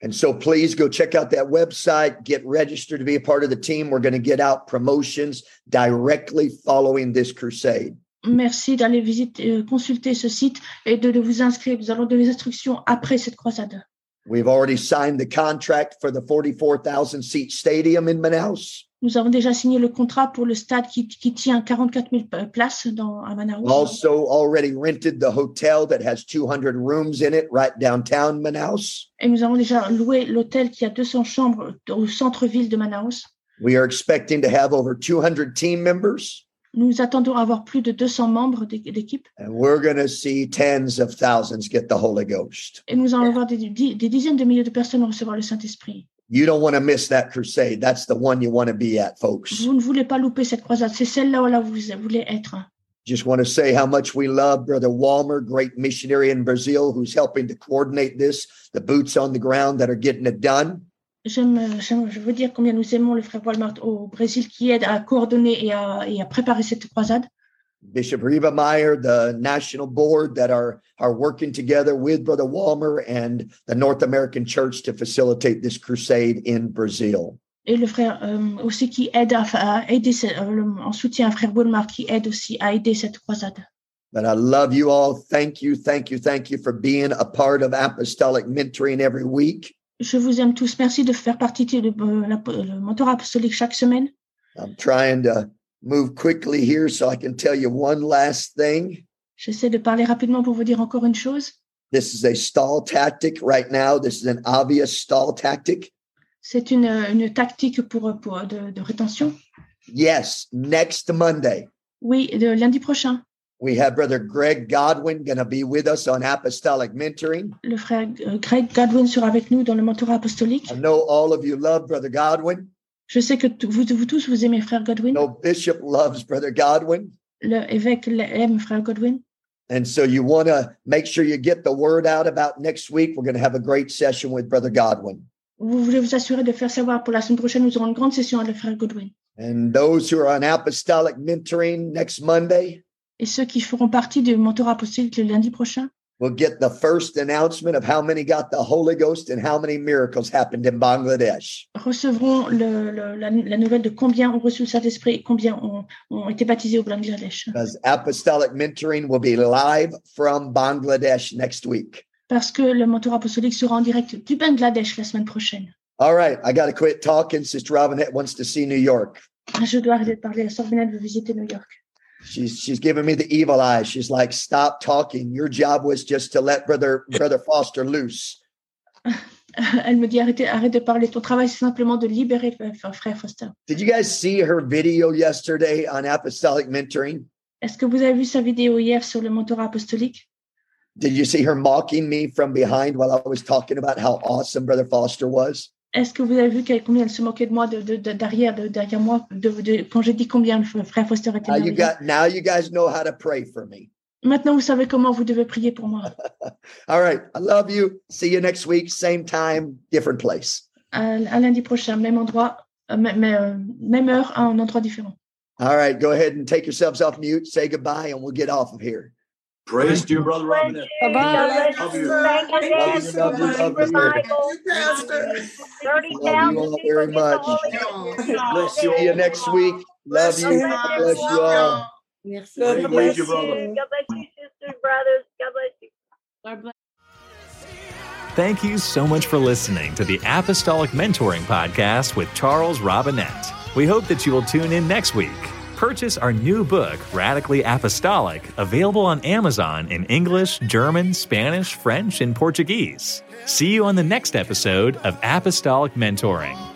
And so please go check out that website, get registered to be a part of the team. We're going to get out promotions directly following this crusade.
Merci d'aller visiter, euh, consulter ce site et de, de vous inscrire. Nous allons donner les instructions après cette croisade.
We've already signed the contract for the 44,000 seat stadium in Manaus.
Nous avons déjà signé le contrat pour le stade qui, qui tient 44 000 pa- places dans, à Manaus.
Also, already rented the hotel that has 200 rooms in it right downtown Manaus.
Et nous avons déjà loué l'hôtel qui a 200 chambres au centre-ville de Manaus.
We are expecting to have over 200 team members,
Nous attendons avoir plus de 200 membres d'é- d'équipe
and we're going to see tens of thousands get the Holy Ghost.
et nous allons avoir des, di- des dizaines de milliers de personnes recevoir le Saint-Esprit.
You don't want to miss that crusade. That's the one you want to be at, folks.
Vous ne voulez pas louper cette croisade, c'est celle-là où là vous voulez être.
Just want to say how much we love Brother Walmer, great missionary in Brazil, who's helping to coordinate this, the boots on the ground that are getting it done.
J'aime, euh, j'aime- je veux dire combien nous aimons le frère Walmart au Brésil qui aide à coordonner et à, et à préparer cette croisade.
Bishop Reba Meyer, the national board that are, are working together with Brother Walmer and the North American Church to facilitate this crusade in Brazil.
Et le frère euh, aussi qui aide à, à aider ce- euh, le- en soutien à frère Walmart qui aide aussi à aider cette croisade.
But I love you all. Thank you, thank you, thank you for being a part of apostolic mentoring every week.
Je vous aime tous. Merci de faire partie de euh, la- le mentorat apostolique chaque semaine.
I'm trying to move quickly here so I can tell you one last thing.
J'essaie de parler rapidement pour vous dire encore une chose.
This is a stall tactic right now. This is an obvious stall tactic.
C'est une, euh, une tactique pour, pour- de, de rétention.
Yes, next Monday,
Oui, de lundi prochain,
we have Brother Greg Godwin going to be with us on apostolic mentoring.
le frère euh, Greg Godwin sera avec nous dans le mentorat apostolique.
I know all of you love Brother Godwin.
Je sais que t- vous, vous tous, vous aimez frère
I
Godwin.
know Bishop loves Brother Godwin.
Le évêque aime frère Godwin.
And so you want to make sure you get the word out about next week. We're going to have a great session with Brother Godwin.
Vous voulez vous assurer de faire savoir pour la semaine prochaine, nous aurons une grande session avec le frère Godwin.
And those who are on apostolic mentoring next Monday,
Et ceux qui feront partie du mentorat apostolique le lundi prochain,
will get the first announcement of how many got the Holy Ghost and how many miracles happened in Bangladesh.
recevront le- le- la, la nouvelle de combien ont reçu le Saint-Esprit et combien ont, ont été baptisés au Bangladesh.
Because apostolic mentoring will be live from Bangladesh next week.
Parce que le mentor apostolique sera en direct du Bangladesh la semaine prochaine.
All right, I got to quit talking. Sister Robinette wants to see New York.
Je dois arrêter de parler. La sœur Benel veut visiter New York.
She's she's giving me the evil eye. She's like, "Stop talking. Your job was just to let brother brother Foster loose."
Elle me dit arrêtez, arrête de parler. Ton travail, c'est simplement de libérer euh, fr- frère Foster.
Did you guys see her video yesterday on apostolic mentoring?
Est-ce que vous avez vu sa vidéo hier sur le mentorat apostolique
Did you see her mocking me from behind while I was talking about how awesome brother Foster was?
Est-ce que vous avez vu qu'elle- combien elle se moquait de moi de, de- de- derrière, de- derrière moi de, de- quand j'ai dit combien le f- frère Foster était
Now Ah, you
merveilleux
got now you guys know how to pray for me.
Maintenant, vous savez comment vous devez prier pour moi.
All right, I love you. See you next week, same time, different place.
À, à lundi prochain, même endroit, euh, mais- mais, euh, même heure, à un endroit différent.
All right, go ahead and take yourselves off mute, say goodbye, and we'll get off of here.
Praise to you, Brother Robinette.
Bye-bye.
Love you.
Thank you,
Love
Dad,
you,
for
love you,
the
love you.
revival.
Pastor.
Thirty
Love you
thousand
all
people
very
get the
much.
Holy Ghost.
Bless you
See you
all.
next week. Love you.
Bless
God bless you all.
Merci.
Great
God
week,
bless
you,
you.
brother.
God bless you, sisters, brothers. God bless you.
God bless.
Thank you so much for listening to the Apostolic Mentoring Podcast with Charles Robinette. We hope that you will tune in next week. Purchase our new book, Radically Apostolic, available on Amazon in English, German, Spanish, French, and Portuguese. See you on the next episode of Apostolic Mentoring.